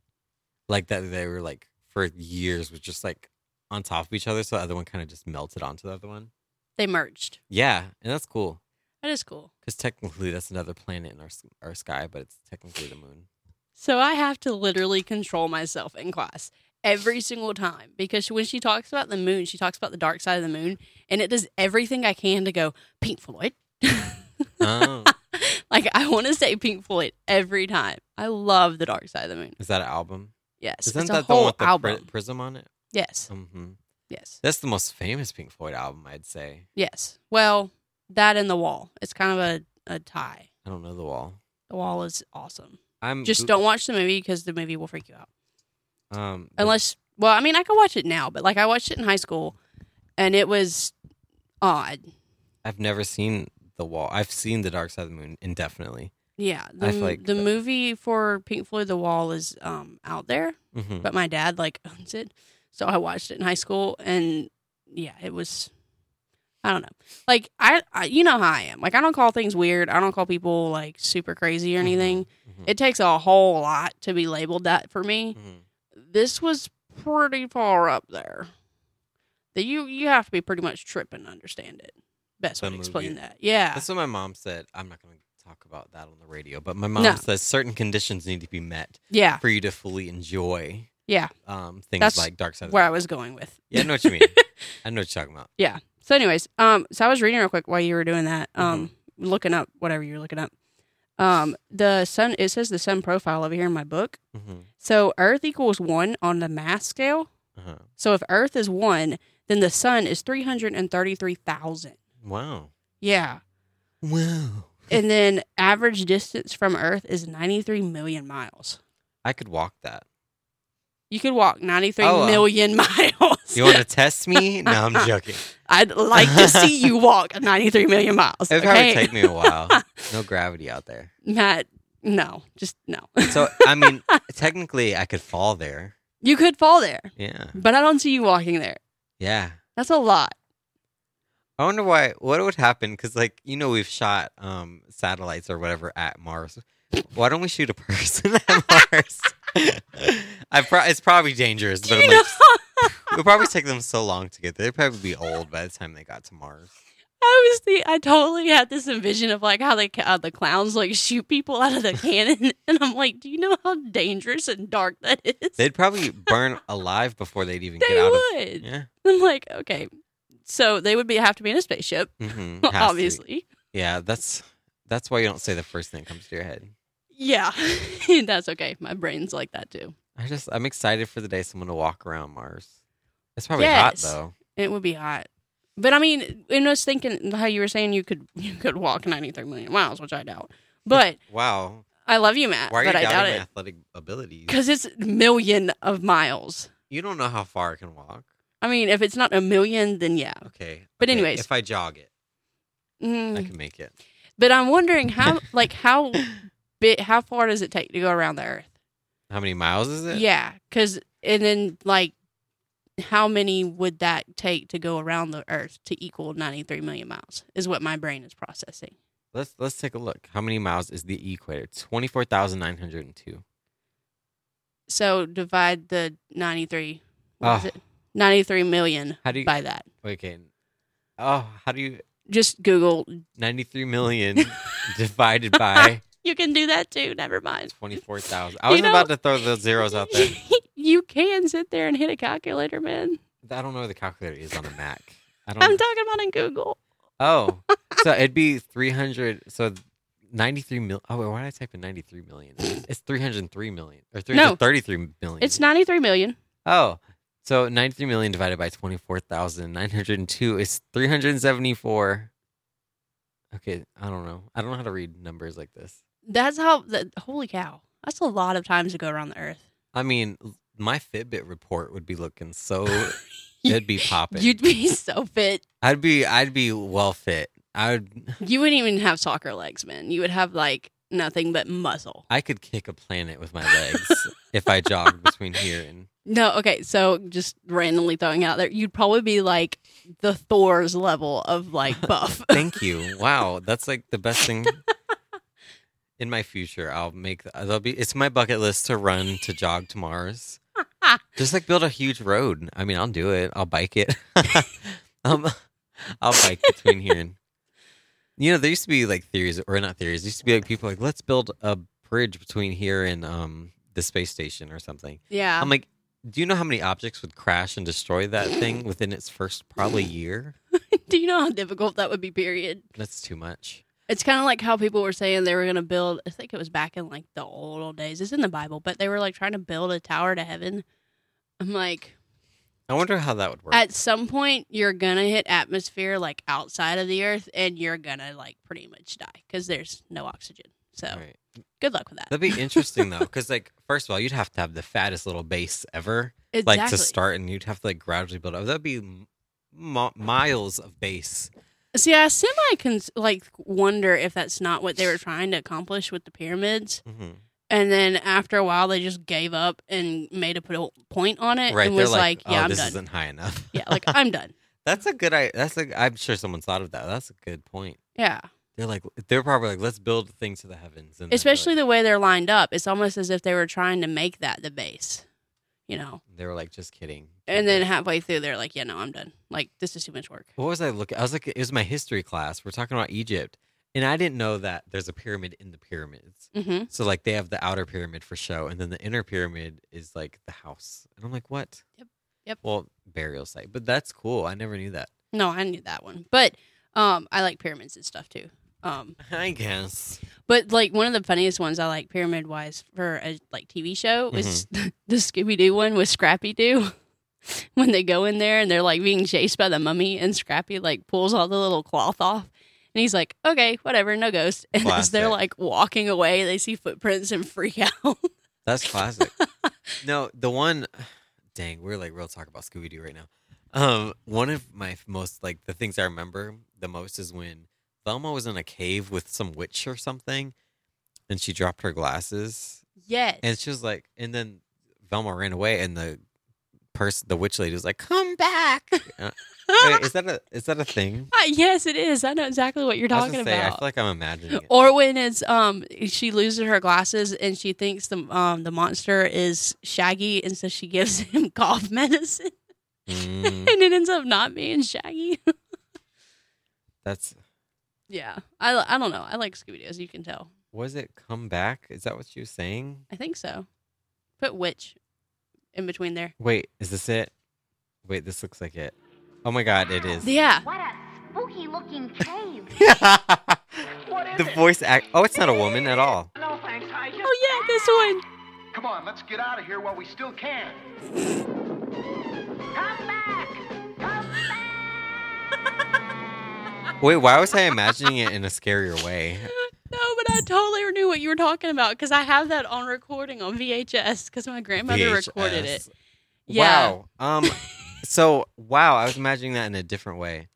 D: like that they were like for years was just like on top of each other, so the other one kind of just melted onto the other one.
E: they merged.
D: Yeah, and that's cool
E: That is cool.
D: because technically that's another planet in our s- our sky, but it's technically the moon.
E: So I have to literally control myself in class every single time because when she talks about the moon, she talks about the dark side of the moon, and it does everything I can to go Pink Floyd.
D: Oh,
E: like I want to say Pink Floyd every time. I love the dark side of the moon.
D: is that an album?
E: Yes,
D: Isn't
E: it's
D: that
E: a
D: the
E: whole
D: one with the pri-
E: album.
D: prism on it?
E: yes,
D: hmm
E: yes,
D: That's the most famous Pink Floyd album, I'd say.
E: yes. Well, that and the wall. It's kind of a, a tie.
D: I don't know the wall.
E: The wall is awesome.
D: I'm
E: Just
D: goo-
E: don't watch the movie because the movie will freak you out.
D: um the-
E: Unless, well, I mean, I could watch it now, but like I watched it in high school, and it was odd.
D: I've never seen The Wall. I've seen The Dark Side of the Moon indefinitely.
E: Yeah, the,
D: I
E: m-
D: feel like
E: the
D: that-
E: movie for Pink Floyd The Wall is um out there,
D: hmm
E: but my dad like owns it, so I watched it in high school, and yeah, it was. I don't know. Like I, I you know how I am. Like I don't call things weird. I don't call people like super crazy or
D: Mhm.
E: anything. It takes a whole lot to be labeled that for me.
D: Mm-hmm.
E: This was pretty far up there. That you you have to be pretty much tripping to understand it. Best way
D: The
E: to explain
D: movie.
E: that. Yeah.
D: That's what my mom said. I'm not going to talk about that on the radio, but my mom
E: No.
D: says certain conditions need to be met
E: yeah.
D: for you to fully enjoy
E: Yeah.
D: um, things
E: That's
D: like Dark Side of the
E: Where I
D: Moon.
E: was going with.
D: Yeah, I know what you mean. I know what you're talking about.
E: Yeah. So, anyways, um, so I was reading real quick while you were doing that, um,
D: Mm-hmm.
E: looking up whatever you're looking up. Um, the sun. It says the sun profile over here in my book.
D: hmm
E: So Earth equals one on the mass scale.
D: Uh-huh.
E: So if Earth is one, then the sun is three hundred and thirty-three thousand.
D: Wow.
E: Yeah.
D: Wow.
E: And then average distance from Earth is ninety-three million miles.
D: I could walk that.
E: You could walk ninety-three
D: Oh,
E: million
D: uh,
E: miles.
D: You want to test me? No, I'm joking.
E: I'd like to see you walk 93 million miles.
D: It would probably
E: okay?
D: take me a while. No gravity out there.
E: Matt, no, just no.
D: So, I mean, technically, I could fall there.
E: You could fall there,
D: Yeah.
E: but I don't see you walking there.
D: Yeah.
E: That's a lot.
D: I wonder why what would happen because like you know we've shot um satellites or whatever at Mars. Why don't we shoot a person at Mars? I pro- it's probably dangerous, but I'm
E: You know,
D: like, it would probably take them so long to get there. They'd probably be old by the time they got to Mars.
E: I was the I totally had this envision of like how the ca- uh, the clowns like shoot people out of the cannon, and I'm like, do you know how dangerous and dark that is?
D: They'd probably burn alive before they'd even
E: They
D: get out
E: would.
D: of. Yeah,
E: I'm like, okay, so they would be have to be in a spaceship,
D: hmm
E: obviously.
D: Yeah, that's that's why you don't say the first thing that comes to your head.
E: Yeah, that's okay. My brain's like that too.
D: I just I'm excited for the day someone to walk around Mars. It's probably
E: Yes.
D: hot though.
E: It would be hot. But I mean, and I was thinking how you were saying you could you could walk 93 million miles, which I doubt. But
D: Wow,
E: I love you, Matt.
D: why are you
E: Uh, but I
D: doubting
E: doubt
D: my
E: it
D: athletic abilities?
E: because it's million of miles.
D: You don't know how far I can walk.
E: I mean, if it's not a million, then yeah.
D: Okay.
E: But
D: okay,
E: anyways.
D: if I jog it, I
E: Mm.
D: can make it.
E: But I'm wondering how like how bit how far does it take to go around the Earth?
D: How many miles is it?
E: Yeah, because and then like how many would that take to go around the Earth to equal 93 million miles? Is what my brain is processing.
D: Let's let's take a look. How many miles is the equator? Twenty four thousand nine hundred and two.
E: So divide the 93. What is
D: Oh.
E: it? 93 million
D: How do you?
E: by that.
D: Okay. Oh, how do you?
E: Just Google.
D: Ninety three million divided by
E: You can do that too. Never mind.
D: twenty four thousand. I
E: You
D: was
E: know-
D: about to throw those zeros out there.
E: you can sit there and hit a calculator, man.
D: I don't know where the calculator is on a Mac. I don't.
E: I'm
D: know.
E: talking about in Google.
D: oh, so it'd be three hundred. So. 93 million. Oh, wait, why did I type in 93 million? It's 303 million or 333 million.
E: It's 93 million.
D: Oh, so 93 million divided by 24,902 is 374. Okay, I don't know. I don't know how to read numbers like this.
E: That's how, the, holy cow. That's a lot of times to go around the earth.
D: I mean, l- my Fitbit report would be looking so it'd be popping.
E: You'd be so fit.
D: I'd be I'd be well fit. I would
E: You wouldn't even have soccer legs, man. You would have like nothing but muscle.
D: I could kick a planet with my legs if I jogged between here and
E: No, okay. So just randomly throwing out there, you'd probably be like the Thor's level of like buff.
D: Thank you. Wow, that's like the best thing in my future. I'll make that'll be it's my bucket list to run to jog to Mars. Just like build a huge road. I mean, I'll do it. I'll bike it. um, I'll bike between here and you know there used to be like theories or not theories. There used to be like people like let's build a bridge between here and um the space station or something.
E: yeah.
D: I'm like, do you know how many objects would crash and destroy that thing within its first probably year?
E: Do you know how difficult that would be? Period.
D: That's too much.
E: It's kind of like how people were saying they were going to build. I think it was back in like the old old days. It's in the Bible, but they were like trying to build a tower to heaven. I'm like,
D: I wonder how that would work.
E: at some point you're gonna hit atmosphere like outside of the Earth, and you're gonna like pretty much die because there's no oxygen. So
D: Right.
E: good luck with that.
D: That'd be interesting though, because like first of all, you'd have to have the fattest little base ever,
E: exactly.
D: like to start, and you'd have to like gradually build up. That'd be mi- miles of base.
E: See, I semi can like wonder if that's not what they were trying to accomplish with the pyramids,
D: Mm-hmm.
E: and then after a while they just gave up and made a po- point on it
D: Right?
E: and
D: They're
E: was like,
D: like,
E: "Yeah,
D: oh,
E: I'm
D: this
E: done.
D: isn't high enough.
E: yeah, like I'm done."
D: that's a good. I that's a. I'm sure someone's thought of that. That's a good point.
E: Yeah,
D: They're like, they're probably like, let's build things to the heavens, and then they're
E: especially
D: like-
E: the way they're lined up. It's almost as if they were trying to make that the base, you know.
D: they were like, just kidding.
E: And then halfway through, they're like, "Yeah, no, I'm done. Like this is too much work."
D: What was I looking? I was like, it was my history class. We're talking about Egypt, and I didn't know that there's a pyramid in the pyramids.
E: hmm
D: So like they have the outer pyramid for show, and then the inner pyramid is like the house. And I'm like, what?
E: Yep, yep.
D: Well, burial site, but that's cool. I never knew that.
E: No, I knew that one, but um, I like pyramids and stuff too. Um,
D: I guess.
E: But like one of the funniest ones I like pyramid wise for a like TV show
D: Mm-hmm.
E: was the Scooby Doo one with Scrappy Doo. when they go in there and they're like being chased by the mummy and Scrappy like pulls all the little cloth off and he's like, Okay, whatever, no ghost. And as they're
D: Classic.
E: like walking away, they see footprints and freak out.
D: That's classic. no, the one dang, we're like real talk about Scooby Doo right now. Um, one of my f- most like the things I remember the most is when Velma was in a cave with some witch or something, and she dropped her glasses,
E: yes.
D: and she was like, and then Velma ran away, and the person, the witch lady, was like, "Come back." Uh, Wait, is that a is that a thing?
E: Ah, yes, it is. I know exactly what you're
D: I was gonna
E: talking
D: say, I
E: about. Oh.
D: feel like I'm imagining it.
E: Or when it's um she loses her glasses and she thinks the um the monster is Shaggy and so she gives him cough medicine
D: Mm,
E: and it ends up not being Shaggy.
D: that's
E: yeah, I I don't know. I like Scooby Doo as you can tell.
D: was it come back? Is that what she was saying?
E: I think so. Put witch in between there.
D: Wait, is this it? Wait, this looks like it. Oh my god, it is.
E: Yeah,
G: What a spooky looking cave.
D: the
G: it?
D: voice act. Oh, it's not a woman at all.
G: no thanks, I just.
E: oh yeah, this one.
H: Come on, let's get out of here while we still can.
G: Come back! Come back!
D: Wait, why was I imagining it in a scarier way?
E: No, but I totally knew what you were talking about because I have that on recording on VHS because my grandmother recorded it.
D: VHS.
E: Yeah.
D: Wow. Um. so wow, I was imagining that in a different way.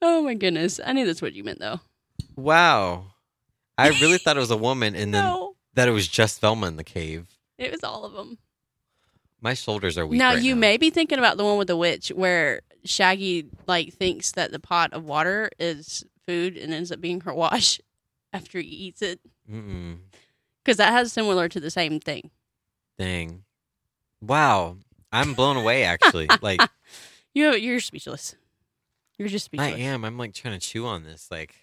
E: Oh my goodness, I knew that's what you meant though.
D: Wow. I really thought it was a woman, and then
E: No,
D: that it was just Velma in the cave.
E: it was all of them.
D: My shoulders are weak.
E: now
D: right
E: you may be thinking about the one with the witch where Shaggy like thinks that the pot of water is food and ends up being her wash after he eats it
D: Mm-mm.
E: because that has similar to the same thing.
D: Dang. Wow. I'm blown away. Actually, like
E: You you're speechless. You're just
D: I
E: speechless.
D: am. I'm like trying to chew on this. Like.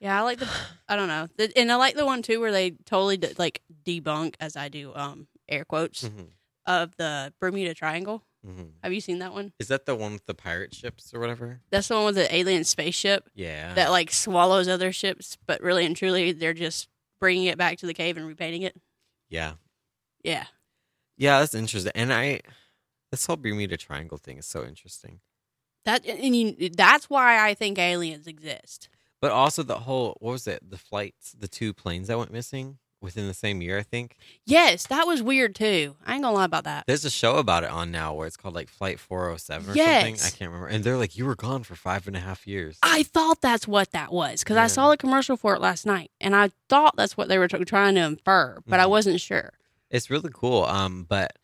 E: Yeah, I like the. I don't know, The- and I like the one too where they totally de- like debunk, as I do, um, air quotes
D: Mhm,
E: of the Bermuda Triangle.
D: mhm.
E: Have you seen that one?
D: Is that the one with the pirate ships or whatever?
E: That's the one with the alien spaceship
D: Yeah.
E: that like swallows other ships, but really and truly they're just bringing it back to the cave and repainting it.
D: yeah.
E: Yeah.
D: Yeah, that's interesting. And I this whole Bermuda Triangle thing is so interesting.
E: That and you, that's why I think aliens exist.
D: But also the whole what was it? The flights, the two planes that went missing. within the same year, I think.
E: Yes, that was weird too. I ain't gonna lie about that.
D: There's a show about it on now where it's called like Flight 407 or
E: Yes.
D: something. I can't remember. And they're like, you were gone for five and a half years.
E: I thought that's what that was because
D: Yeah.
E: I saw the commercial for it last night, and I thought that's what they were tr- trying to infer, but I
D: Mhm.
E: wasn't sure.
D: It's really cool. Um, but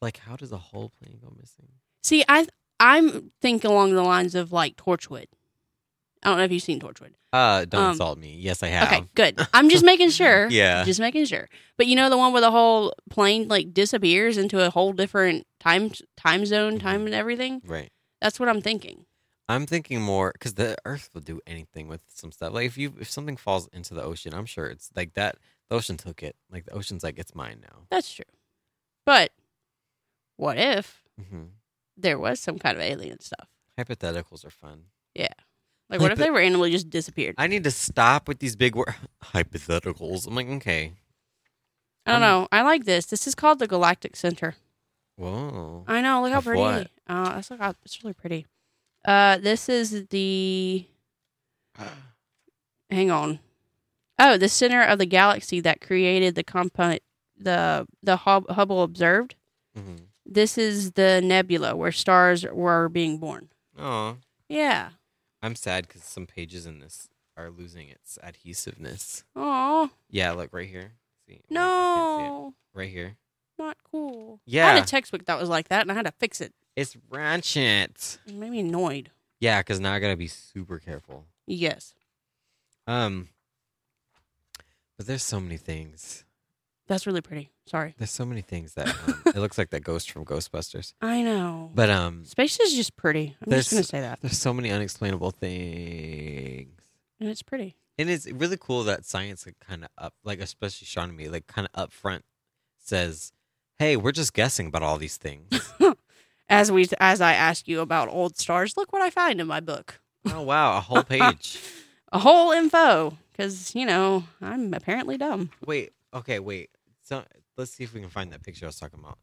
D: like, how does a whole plane go missing?
E: See, I I'm think along the lines of like Torchwood. I don't know if you've seen Torchwood.
D: Uh, don't
E: Um,
D: insult me. Yes, I have.
E: Okay, good. I'm just making sure.
D: Yeah.
E: Just making sure. But you know the one where the whole plane like disappears into a whole different time time zone,
D: Mm-hmm.
E: time and everything?
D: Right.
E: That's what I'm thinking.
D: I'm thinking more because the Earth will do anything with some stuff. Like if you if something falls into the ocean, I'm sure it's like that. The ocean took it. Like the ocean's like it's mine now.
E: That's true. But what if
D: hmm
E: there was some kind of alien stuff?
D: Hypotheticals are fun.
E: Like
D: Like
E: what if
D: the-
E: they randomly just disappeared? I,
D: I need to stop with these big word hypotheticals. I'm like, okay, I'm-
E: don't know. I like this. This is called the Galactic Center.
D: whoa,
E: I know. Look how
D: Of
E: pretty.
D: what?
E: Oh, that's look how, it's really pretty. Uh, this is the. Hang on. Oh, the center of the galaxy that created the compo the the Hub- Hubble observed.
D: hmm
E: This is the nebula where stars were being born.
D: oh,
E: Yeah.
D: I'm sad because some pages in this are losing its adhesiveness.
E: Oh
D: Yeah, look right here. See, Wait, I can't see it.
E: no,
D: right here.
E: not cool. I
D: Yeah.
E: had a textbook that was like that, and I had to fix it.
D: It's ratchet.
E: It made me annoyed.
D: Yeah, because now I gotta be super careful.
E: Yes,
D: Um, but there's so many things.
E: that's really pretty. Sorry.
D: There's so many things that um, it looks like that ghost from Ghostbusters.
E: I know.
D: But um,
E: space is just pretty. I'm
D: There's-
E: just gonna say that,
D: there's so many unexplainable things,
E: and it's pretty.
D: and it's really cool that science kind of up, like especially Sean and me, like kind of upfront says, "Hey, we're just guessing about all these things."
E: As we as I ask you about old stars, look what I find in my book.
D: oh wow, a whole page.
E: A whole info cuz you know, I'm apparently dumb.
D: Wait, okay, wait. So let's see if we can find that picture I was talking about.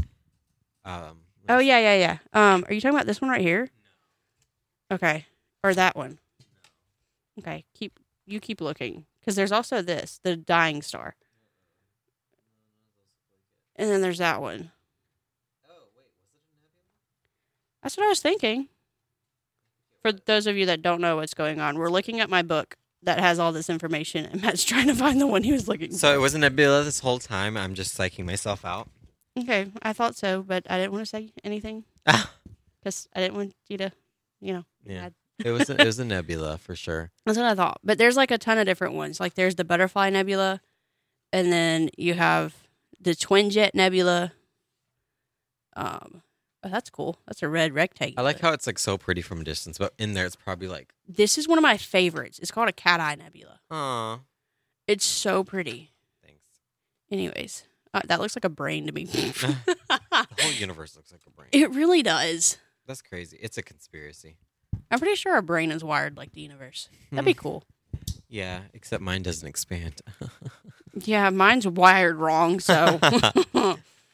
D: Um.
E: Oh yeah, yeah, yeah. Um are you talking about this one right here? Okay. Or that one. Okay. Keep you keep looking cuz there's also this, the dying star. And then there's that one. That's what I was thinking. For those of you that don't know what's going on, we're looking at my book that has all this information, and Matt's trying to find the one he was looking
D: So
E: for.
D: it was a nebula this whole time. I'm just psyching myself out.
E: Okay, I thought so, but I didn't want to say anything because I didn't want you to, you know.
D: yeah.
E: Bad.
D: it was a, it was a nebula for sure.
E: That's what I thought. But there's like a ton of different ones. Like there's the Butterfly Nebula, and then you have the Twin Jet Nebula. Um, oh, that's cool. That's a red rectangle.
D: I like how it's like so pretty from a distance, but in there it's probably like,
E: this is one of my favorites. It's called a Cat Eye Nebula.
D: oh,
E: It's so pretty.
D: thanks.
E: Anyways, uh, that looks like a brain to me.
D: The whole universe looks like a brain.
E: it really does.
D: That's crazy. It's a conspiracy.
E: I'm pretty sure our brain is wired like the universe. That'd
D: Hmm.
E: be cool.
D: Yeah, except mine doesn't expand.
E: Yeah, mine's wired wrong, so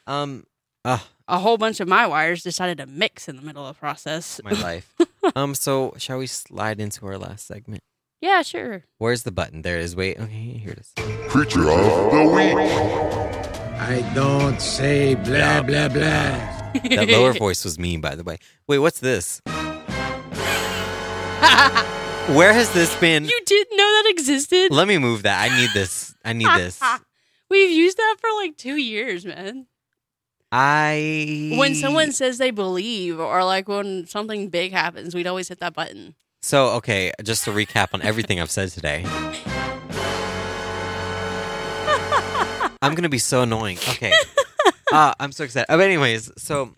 D: um, ah,
E: a whole bunch of my wires decided to mix in the middle of the process.
D: my life. um, so shall we slide into our last segment?
E: Yeah, sure.
D: Where's the button? There it is. Wait, okay, here it is.
I: Creature of the Week.
J: I don't say blah, blah, blah.
D: That lower voice was me, by the way. Wait, what's this? Where has this been?
E: You didn't know that existed?
D: Let me move that. I need this. I need this.
E: We've used that for like two years, man.
D: I
E: When someone says they believe or like when something big happens, we'd always hit that button.
D: So okay, just to recap on everything I've said today. I'm gonna be so annoying. Okay. Uh, I'm so excited. Oh, but anyways, so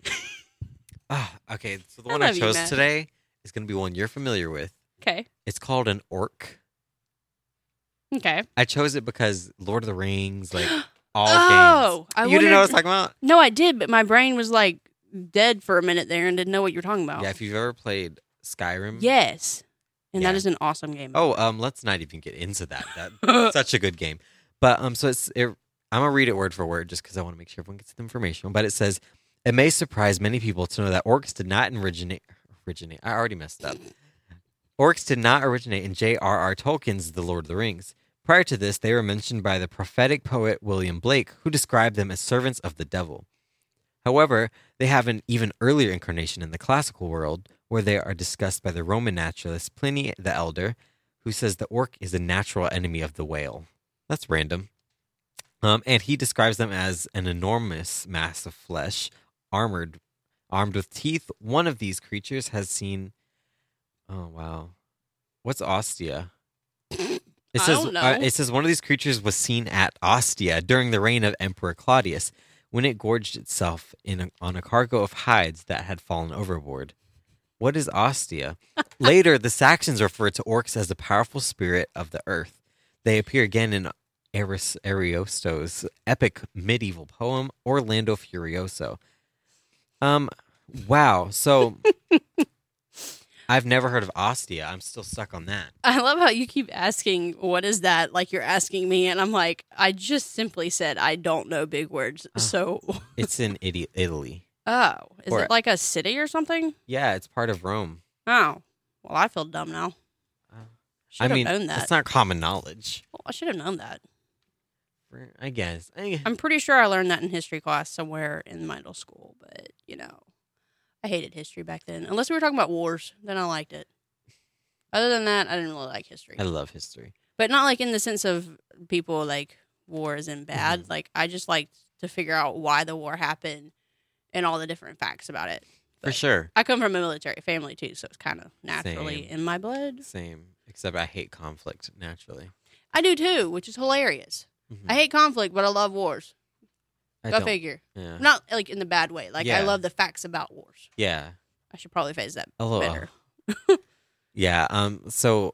D: uh, okay, so the
E: I
D: one I
E: love you,
D: chose
E: Matt.
D: today is gonna be one you're familiar with.
E: Okay.
D: It's called an orc.
E: Okay.
D: I chose it because Lord of the Rings, like all
E: Oh,
D: games.
E: I
D: you didn't know what I was
E: wondered-
D: talking about?
E: No, I did, but my brain was like dead for a minute there and didn't know what you were talking about.
D: Yeah, if you've ever played Skyrim.
E: yes. And
D: Yeah.
E: that is an awesome game.
D: Oh, um, let's not even get into that. That that's such a good game. But um, so it's it. I'm gonna read it word for word just because I want to make sure everyone gets the information. But it says it may surprise many people to know that orcs did not originate. Originate. I already messed up. Orcs did not originate in J.R.R. Tolkien's The Lord of the Rings. Prior to this, they were mentioned by the prophetic poet William Blake, who described them as servants of the devil. However, they have an even earlier incarnation in the classical world, where they are discussed by the Roman naturalist Pliny the Elder, who says the orc is a natural enemy of the whale. That's random. Um, and he describes them as an enormous mass of flesh, armored, armed with teeth. One of these creatures has seen. Oh wow, what's Ostia? It
E: I
D: says
E: don't
D: uh,
E: know.
D: it says one of these creatures was seen at Ostia during the reign of Emperor Claudius, when it gorged itself in a, on a cargo of hides that had fallen overboard. What is Ostia? Later, the Saxons referred to orcs as the powerful spirit of the earth. They appear again in Eris- Ariosto's epic medieval poem Orlando Furioso. Um, wow. So I've never heard of Ostia. I'm still stuck on that.
E: I love how you keep asking, what is that? Like you're asking me, and I'm like, I just simply said, I don't know big words.
D: Ah.
E: So,
D: It's in Iti- Italy.
E: oh, is
D: Or-
E: it like a city or something?
D: Yeah, it's part of Rome.
E: Oh, well, I feel dumb now. Should
D: Uh, I
E: have
D: mean,
E: known that.
D: it's not common knowledge.
E: Well, I should have known that.
D: I guess. Eh,
E: I'm pretty sure I learned that in history class somewhere in middle school, but you know, I hated history back then. Unless we were talking about wars, then I liked it. Other than that, I didn't really like history.
D: I love history.
E: but not like in the sense of people like war isn't bad.
D: Mm.
E: Like I just liked to figure out why the war happened and all the different facts about it.
D: For
E: But
D: sure.
E: I come from a military family too, so it's kind of naturally
D: Same.
E: in my blood.
D: Same. Except I hate conflict naturally.
E: I do too, which is hilarious.
D: Mhm.
E: I hate conflict, but I love wars.
D: I
E: Go
D: don't-
E: figure.
D: Yeah.
E: Not like in the bad way. Like
D: Yeah.
E: I love the facts about wars.
D: yeah.
E: I should probably phrase that
D: Hello.
E: better.
D: Yeah. Um. So,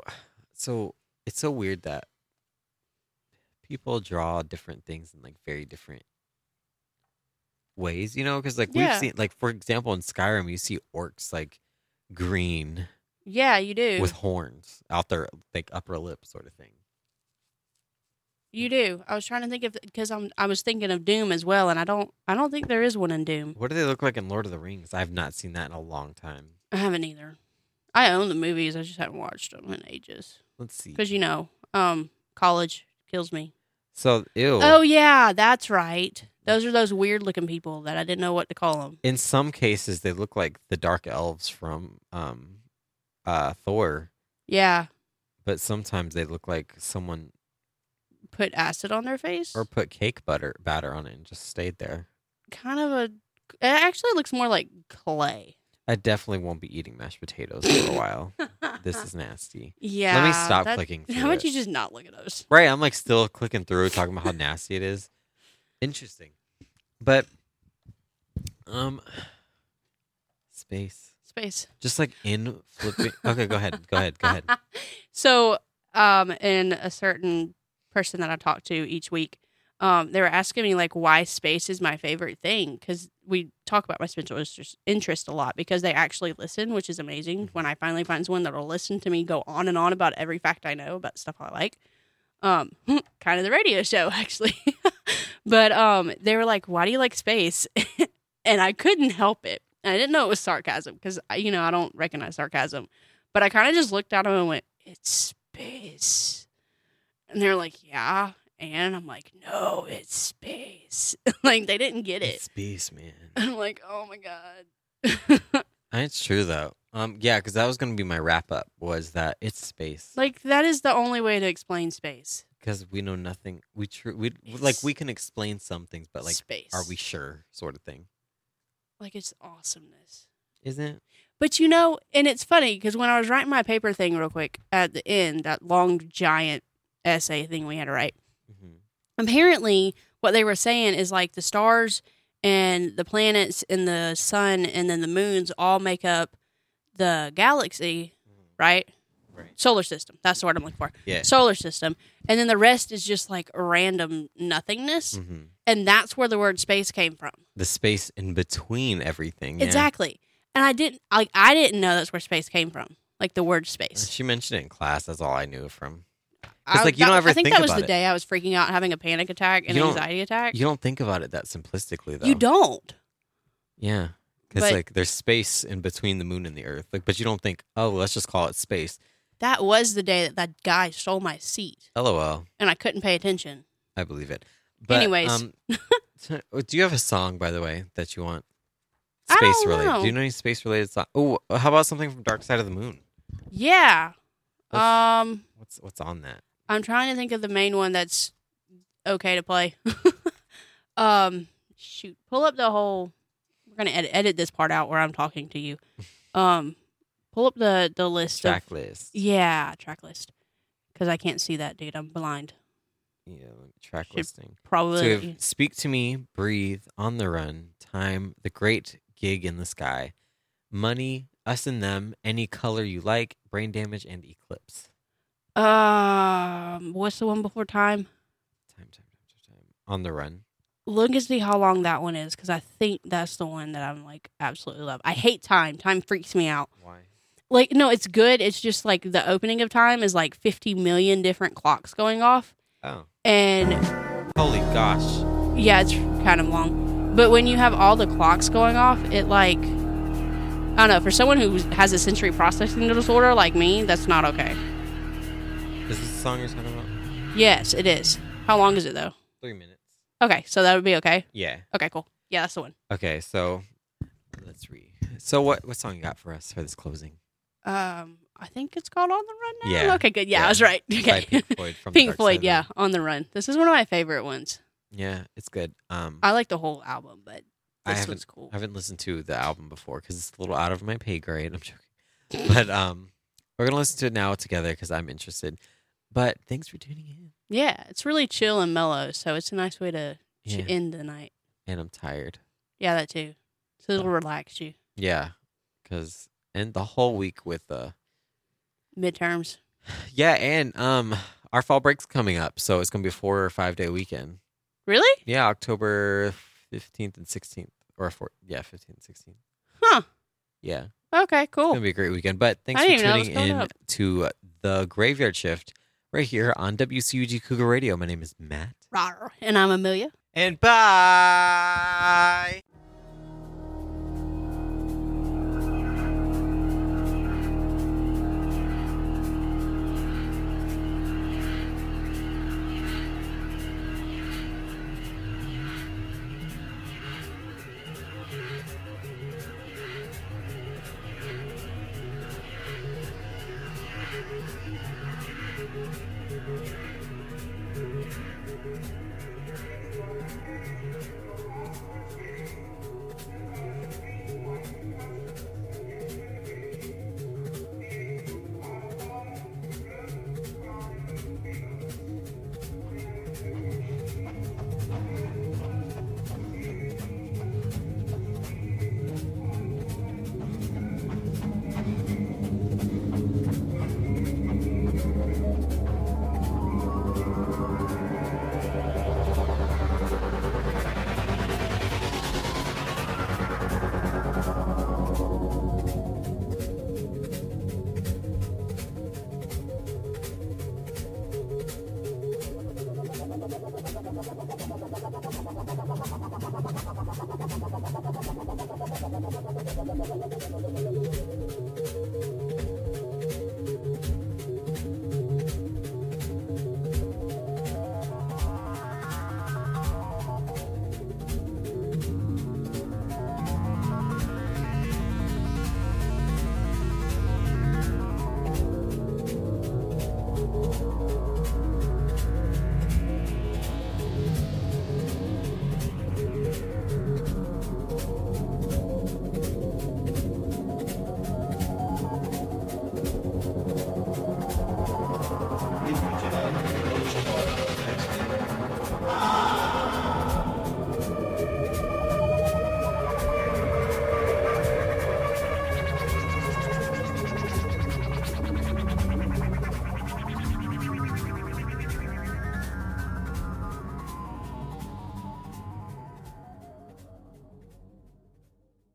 D: so it's so weird that people draw different things in like very different ways. You know, because like
E: Yeah.
D: we've seen, like for example, in Skyrim, you see orcs like green
E: Yeah, you do.
D: with horns out their like upper lip sort of thing.
E: you do. I was trying to think of because I'm I was thinking of Doom as well, and I don't I don't think there is one in Doom.
D: What do they look like in Lord of the Rings? I've not seen that in a long time.
E: I haven't either. I own the movies. I just haven't watched them in ages
D: Let's see.
E: because you know, um, college kills me.
D: So ew.
E: Oh yeah, that's right. Those are those weird looking people that I didn't know what to call them.
D: in some cases they look like the dark elves from um uh Thor,
E: Yeah,
D: but sometimes they look like someone
E: put acid on their face.
D: or put cake butter batter on it and just stayed there.
E: kind of a. It actually looks more like clay.
D: I definitely won't be eating mashed potatoes for a while. This is nasty.
E: yeah.
D: stop
E: that-
D: clicking
E: How
D: through
E: about
D: it.
E: you just not look at those?
D: Right, I'm like still clicking through talking about how nasty it is. Interesting. But um space.
E: Space.
D: Just like in flipping Okay, go ahead. Go ahead. Go ahead.
E: so, um, and a certain person that I talk to each week, um, they were asking me like why space is my favorite thing because we talk about my special interest, interest a lot because they actually listen, which is amazing. When I finally find someone that'll listen to me go on and on about every fact I know about stuff I like, um, kind of the radio show actually. but um, they were like, "Why do you like space?" and I couldn't help it. I didn't know it was sarcasm because you know I don't recognize sarcasm. But I kind of just looked at him and went, "It's space," and they're like, "Yeah," and I'm like, "No, it's space." like they didn't get
D: It's
E: it.
D: space, man.
E: I'm like, "Oh my god!"
D: Uh, It's true though. Um, yeah, because that was gonna be my wrap up was that it's space
E: like that is the only way to explain space.
D: because we know nothing. We true we like we can explain some things, but like,
E: space.
D: are we sure? Sort of thing,
E: like it's awesomeness?
D: isn't it?
E: But you know, and it's funny because when I was writing my paper thing real quick at the end, that long giant essay thing we had to write.
D: Mm-hmm.
E: apparently what they were saying is like the stars and the planets and the sun and then the moons all make up the galaxy, right?
D: Mm-hmm. Right.
E: Solar system. That's the word I'm looking for.
D: Yeah.
E: Solar system. And then the rest is just like random nothingness.
D: hmm
E: And that's where the word space came from.
D: The space in between everything. yeah.
E: Exactly. And I didn't like I didn't know that's where space came from. Like the word space.
D: Uh, She mentioned it in class. That's all I knew from.
E: I,
D: like, you
E: that-
D: don't ever
E: I think
D: think
E: that was
D: about
E: the
D: it.
E: day I was freaking out having a panic attack and
D: You don't-
E: anxiety attack.
D: You don't think about it that simplistically though.
E: you don't.
D: Yeah. Because
E: But-
D: like there's space in between the moon and the earth. Like, but you don't think, oh, let's just call it space.
E: That was the day that that guy stole my seat,
D: LOL.
E: and I couldn't pay attention.
D: I believe it. um,
E: Anyways.
D: t- oh, do you have a song, by the way, that you want?
E: I don't
D: Space related.
E: know.
D: Do you know any space related song? Oh, how about something from Dark Side of the Moon?
E: Yeah.
D: That's-
E: Um,
D: What's what's on that?
E: I'm trying to think of the main one that's okay to play. um, shoot, pull up the whole. We're gonna edit, edit this part out where I'm talking to you. Um, pull up the the list of
D: Track list.
E: yeah track list because I can't see that dude. I'm blind.
D: Yeah, track
E: Should
D: listing. So we
E: Probably.
D: have Speak to Me, Breathe, On the Run, Time, The Great Gig in the Sky, Money, Us and Them, Any Color You Like, Brain Damage, and Eclipse.
E: Um, what's the one before time?
D: Time, time, time, time, time. On the Run.
E: Look and see how long that one is because I think that's the one that I'm like absolutely love. I hate time. Time freaks me out.
D: Why?
E: Like no, it's good. It's just like the opening of time is like 50 million different clocks going off,
D: Oh.
E: and
D: Holy gosh.
E: yeah, it's kind of long. But when you have all the clocks going off, it like I don't know. For someone who has a sensory processing disorder like me, that's not okay.
D: Is this the song you're talking about?
E: Yes, it is. How long is it though?
D: Three minutes.
E: Okay, so that would be okay.
D: Yeah.
E: Okay, cool. Yeah, that's the one.
D: Okay, so let's read. So what what song you got for us for this closing?
E: Um, I think it's called On the Run now.
D: Yeah.
E: Okay, good. Yeah,
D: Yeah.
E: I was right.
D: By
E: Okay.
D: Pink Floyd from the
E: Pink
D: Dark Side of
E: Floyd,
D: the
E: yeah,
D: Moon.
E: On the Run. This is one of my favorite ones.
D: Yeah, it's good. Um
E: I like the whole album, but
D: I
E: this
D: haven't-
E: one's cool.
D: I haven't listened to the album before because it's a little out of my pay grade. I'm joking, but um, we're gonna listen to it now together because I'm interested. But thanks for tuning in,
E: Yeah, it's really chill and mellow, so it's a nice way to ch-
D: Yeah.
E: end the night.
D: and I'm tired.
E: Yeah, that too. So it'll relax you.
D: Yeah, because and the whole week with uh,
E: Midterms.
D: yeah, and um, our fall break's coming up, so it's gonna be a four or five day weekend.
E: Really?
D: Yeah, October fifteenth and sixteenth, or four, yeah, fifteenth, sixteenth.
E: Huh.
D: Yeah.
E: Okay,
D: It's
E: cool.
D: gonna be a great weekend. But thanks
E: I
D: for
E: didn't even know
D: tuning
E: it was
D: in
E: going up.
D: to uh, the Graveyard Shift right here on WCUG Cougar Radio. My name is Matt.
E: Rawr. And I'm Amelia.
D: And bye.
C: Thank